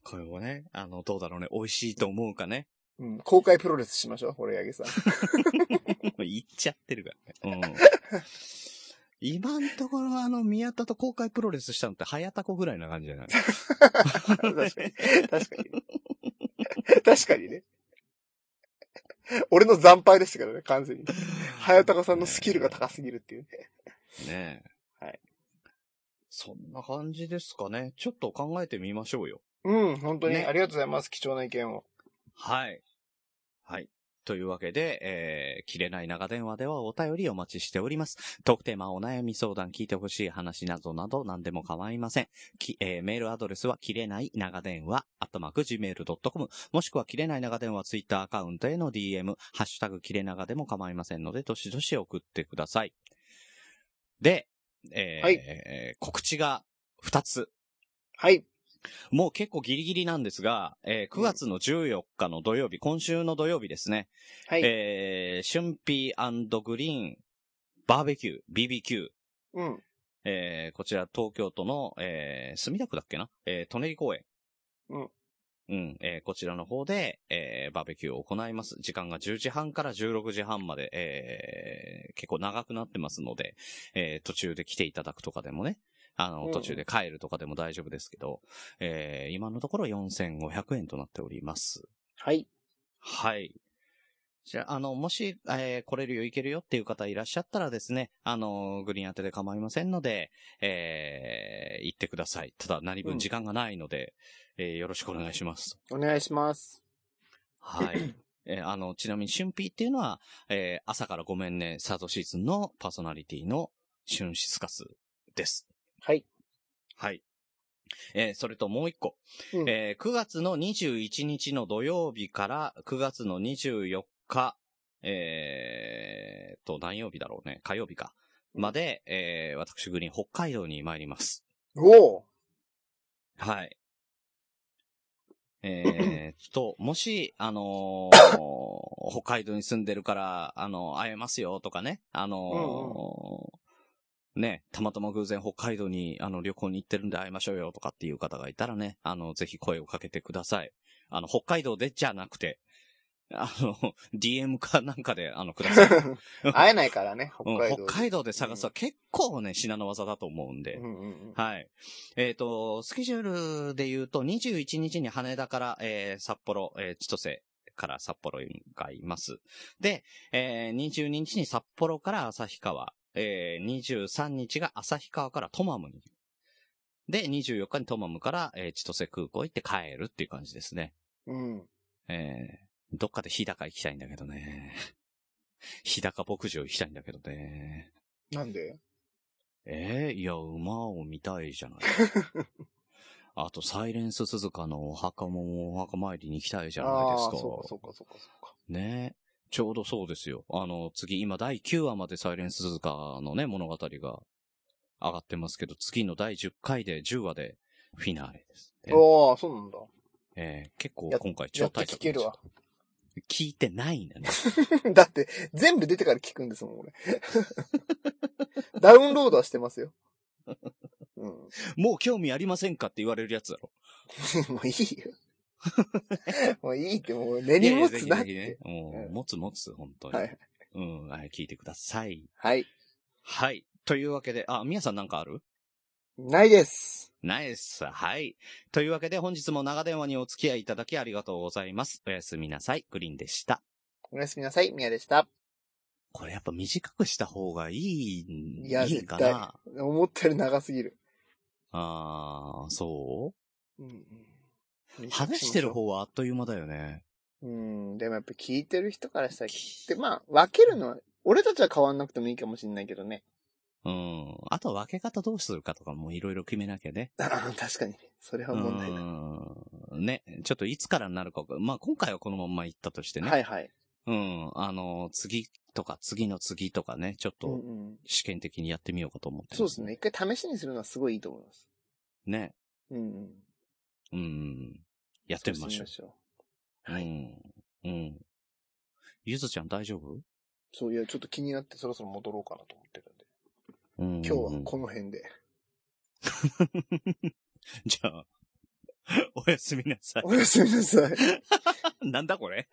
Speaker 3: これをね、あの、どうだろうね、美味しいと思うかね。
Speaker 1: うん、公開プロレスしましょう、これ八木さん。
Speaker 3: 言っちゃってるから ね。うん。今んところあの、宮田と公開プロレスしたのって、早田子ぐらいな感じじゃない
Speaker 1: 確かに。確かに。確かにね。俺の惨敗でしたけどね、完全に。 早高さんのスキルが高すぎるっていうね。
Speaker 3: ねえ。
Speaker 1: はい。
Speaker 3: そんな感じですかね。ちょっと考えてみましょうよ。
Speaker 1: うん、本当に
Speaker 3: ね
Speaker 1: ありがとうございます、貴重な意見を。
Speaker 3: はい。はい。というわけで、えー、切れない長電話ではお便りお待ちしております。特テーマ、お悩み相談、聞いてほしい話などなど何でも構いません。きえーメールアドレスは、切れない長電話、アットマーク、gmail.com、もしくは、切れない長電話、ツイッターアカウントへの DM、ハッシュタグ、切れ長でも構いませんので、どしどし送ってください。で、えー
Speaker 1: はい
Speaker 3: えー告知が2つ。
Speaker 1: はい。
Speaker 3: もう結構ギリギリなんですが、えー9月の14日の土曜日、今週の土曜日ですね、
Speaker 1: はい。
Speaker 3: えー、春ピーグリーンバーベキュー、BBQ、
Speaker 1: うん。
Speaker 3: えーこちら東京都の、えー墨田区だっけなえー、舎人公園。
Speaker 1: うん。
Speaker 3: うん、えーこちらの方で、えーバーベキューを行います。時間が10時半から16時半まで、えー結構長くなってますので、えー途中で来ていただくとかでもね、あ
Speaker 1: う
Speaker 3: の、
Speaker 1: ん
Speaker 3: 途中で帰るとかでも大丈夫ですけど、えー今のところ4500円となっております。
Speaker 1: はい。
Speaker 3: はい。じゃあ、あの、もし、えー来れるよ、行けるよっていう方いらっしゃったらですね、あの、グリーン当てで構いませんので、えー行ってください。ただ、何
Speaker 1: うん
Speaker 3: 分時間がないので、えーよろしくお願いします。
Speaker 1: お願いします。
Speaker 3: はい。えーあの、ちなみに、春ピーっていうのは、えー朝からごめんね、サードシーズンのパーソナリティの春シスカスです。
Speaker 1: はい。
Speaker 3: はい。えーそれともう一個。
Speaker 1: うん
Speaker 3: えー9月の21日の土曜日から9月の24日、えー、と、何曜日だろうね。火曜日か。まで、えー私グリーン北海道に参ります。
Speaker 1: おお
Speaker 3: はい。え ー、と、もし、あのー北海道に住んでるから、あのー会えますよとかね、あのーね、たまたま偶然北海道に、あの、旅行に行ってるんで会いましょうよとかっていう方がいたらね、あの、ぜひ声をかけてください。あの、北海道でじゃなくて、あの、DM かなんかで、あの、く ださい。
Speaker 1: 会えないからね、北
Speaker 3: うん
Speaker 1: 海道で。
Speaker 3: 北海道で探すは結構ね、至難の技だと思うんで。
Speaker 1: うんうんうん
Speaker 3: はい。えっ、と、スケジュールで言うと、21日に羽田から、えー札幌、えー千歳から札幌に向かいます。で、えー22日に札幌から旭川、えー23日が旭川からトマムに。で、24日にトマムから、えー千歳空港行って帰るっていう感じですね。
Speaker 1: うん。
Speaker 3: えーどっかで日高行きたいんだけどね。日高牧場行きたいんだけどね。
Speaker 1: なんで
Speaker 3: ええいや、馬を見たいじ ゃない。あと、サイレンス鈴鹿のお墓もお墓参りに行きたいじゃないですか。
Speaker 1: あーそうか、そうか、そうか、そうか。
Speaker 3: ねえちょうどそうですよ。あの、次、今第9話までサイレンス鈴鹿のね、物語が上がってますけど、次の第10回で、10話でフィナーレです。で
Speaker 1: ああ、そうなんだ。
Speaker 3: ええ結構
Speaker 1: や
Speaker 3: 今回
Speaker 1: や
Speaker 3: 超
Speaker 1: っと
Speaker 3: 大
Speaker 1: 聞けるわ。
Speaker 3: 聞いてないんだね。
Speaker 1: だ って、全部出てから聞くんですもん、俺。 ダウンロードはしてますよ。うん。 も
Speaker 3: もう興味ありませんかって言われるやつだろ。
Speaker 1: うい いよ。もういいって、もう根に持つなっ
Speaker 3: いやいやぜひ
Speaker 1: て。
Speaker 3: ぜひね。も
Speaker 1: う
Speaker 3: う、
Speaker 1: ん
Speaker 3: 持つ持つ、本当に。
Speaker 1: はい。
Speaker 3: うん、はい、聞いてください。
Speaker 1: はい。
Speaker 3: はい。というわけで、あ、皆さんなんかある
Speaker 1: ないです。
Speaker 3: ナイス。はい。というわけで、本日も長電話にお付き合いいただきありがとうございます。おやすみなさい。グリーンでした。
Speaker 1: おやすみなさい、みやでした。
Speaker 3: これやっぱ短くした方がいい、
Speaker 1: いや
Speaker 3: いいかな。
Speaker 1: 思ったより長すぎる。
Speaker 3: あー、そ
Speaker 1: うんうん
Speaker 3: う話してる。方はあっという間だよね。
Speaker 1: うん、でもやっぱ聞いてる人からしたら、で、まあ、分けるのは、俺たちは変わんなくてもいいかもしれないけどね。
Speaker 3: うん。あとは分け方どうするかとかもいろいろ決めなきゃね。
Speaker 1: あー確かに。それは問題だ。
Speaker 3: うん。ね。ちょっといつからになるか。まあ、今回はこのまんま行ったとしてね。
Speaker 1: はいはい。
Speaker 3: うん。あの、次とか次の次とかね、ちょっ
Speaker 1: うんう
Speaker 3: と
Speaker 1: ん、
Speaker 3: 試験的にやってみようかと思ってます
Speaker 1: そうですね。一回試しにするのはすごいいいと思います。
Speaker 3: ね。
Speaker 1: うんうん。
Speaker 3: うん。やってみましょう。
Speaker 1: そう
Speaker 3: う
Speaker 1: みまし
Speaker 3: ん。う
Speaker 1: ょ
Speaker 3: ん。ゆずちゃん大丈夫
Speaker 1: そう、いや、ちょっと気になってそろそろ戻ろうかなと思ってるんで。
Speaker 3: うん。
Speaker 1: 今日はこの辺で。
Speaker 3: じゃあ、おやすみなさい。
Speaker 1: おやすみなさい。
Speaker 3: なんだこれ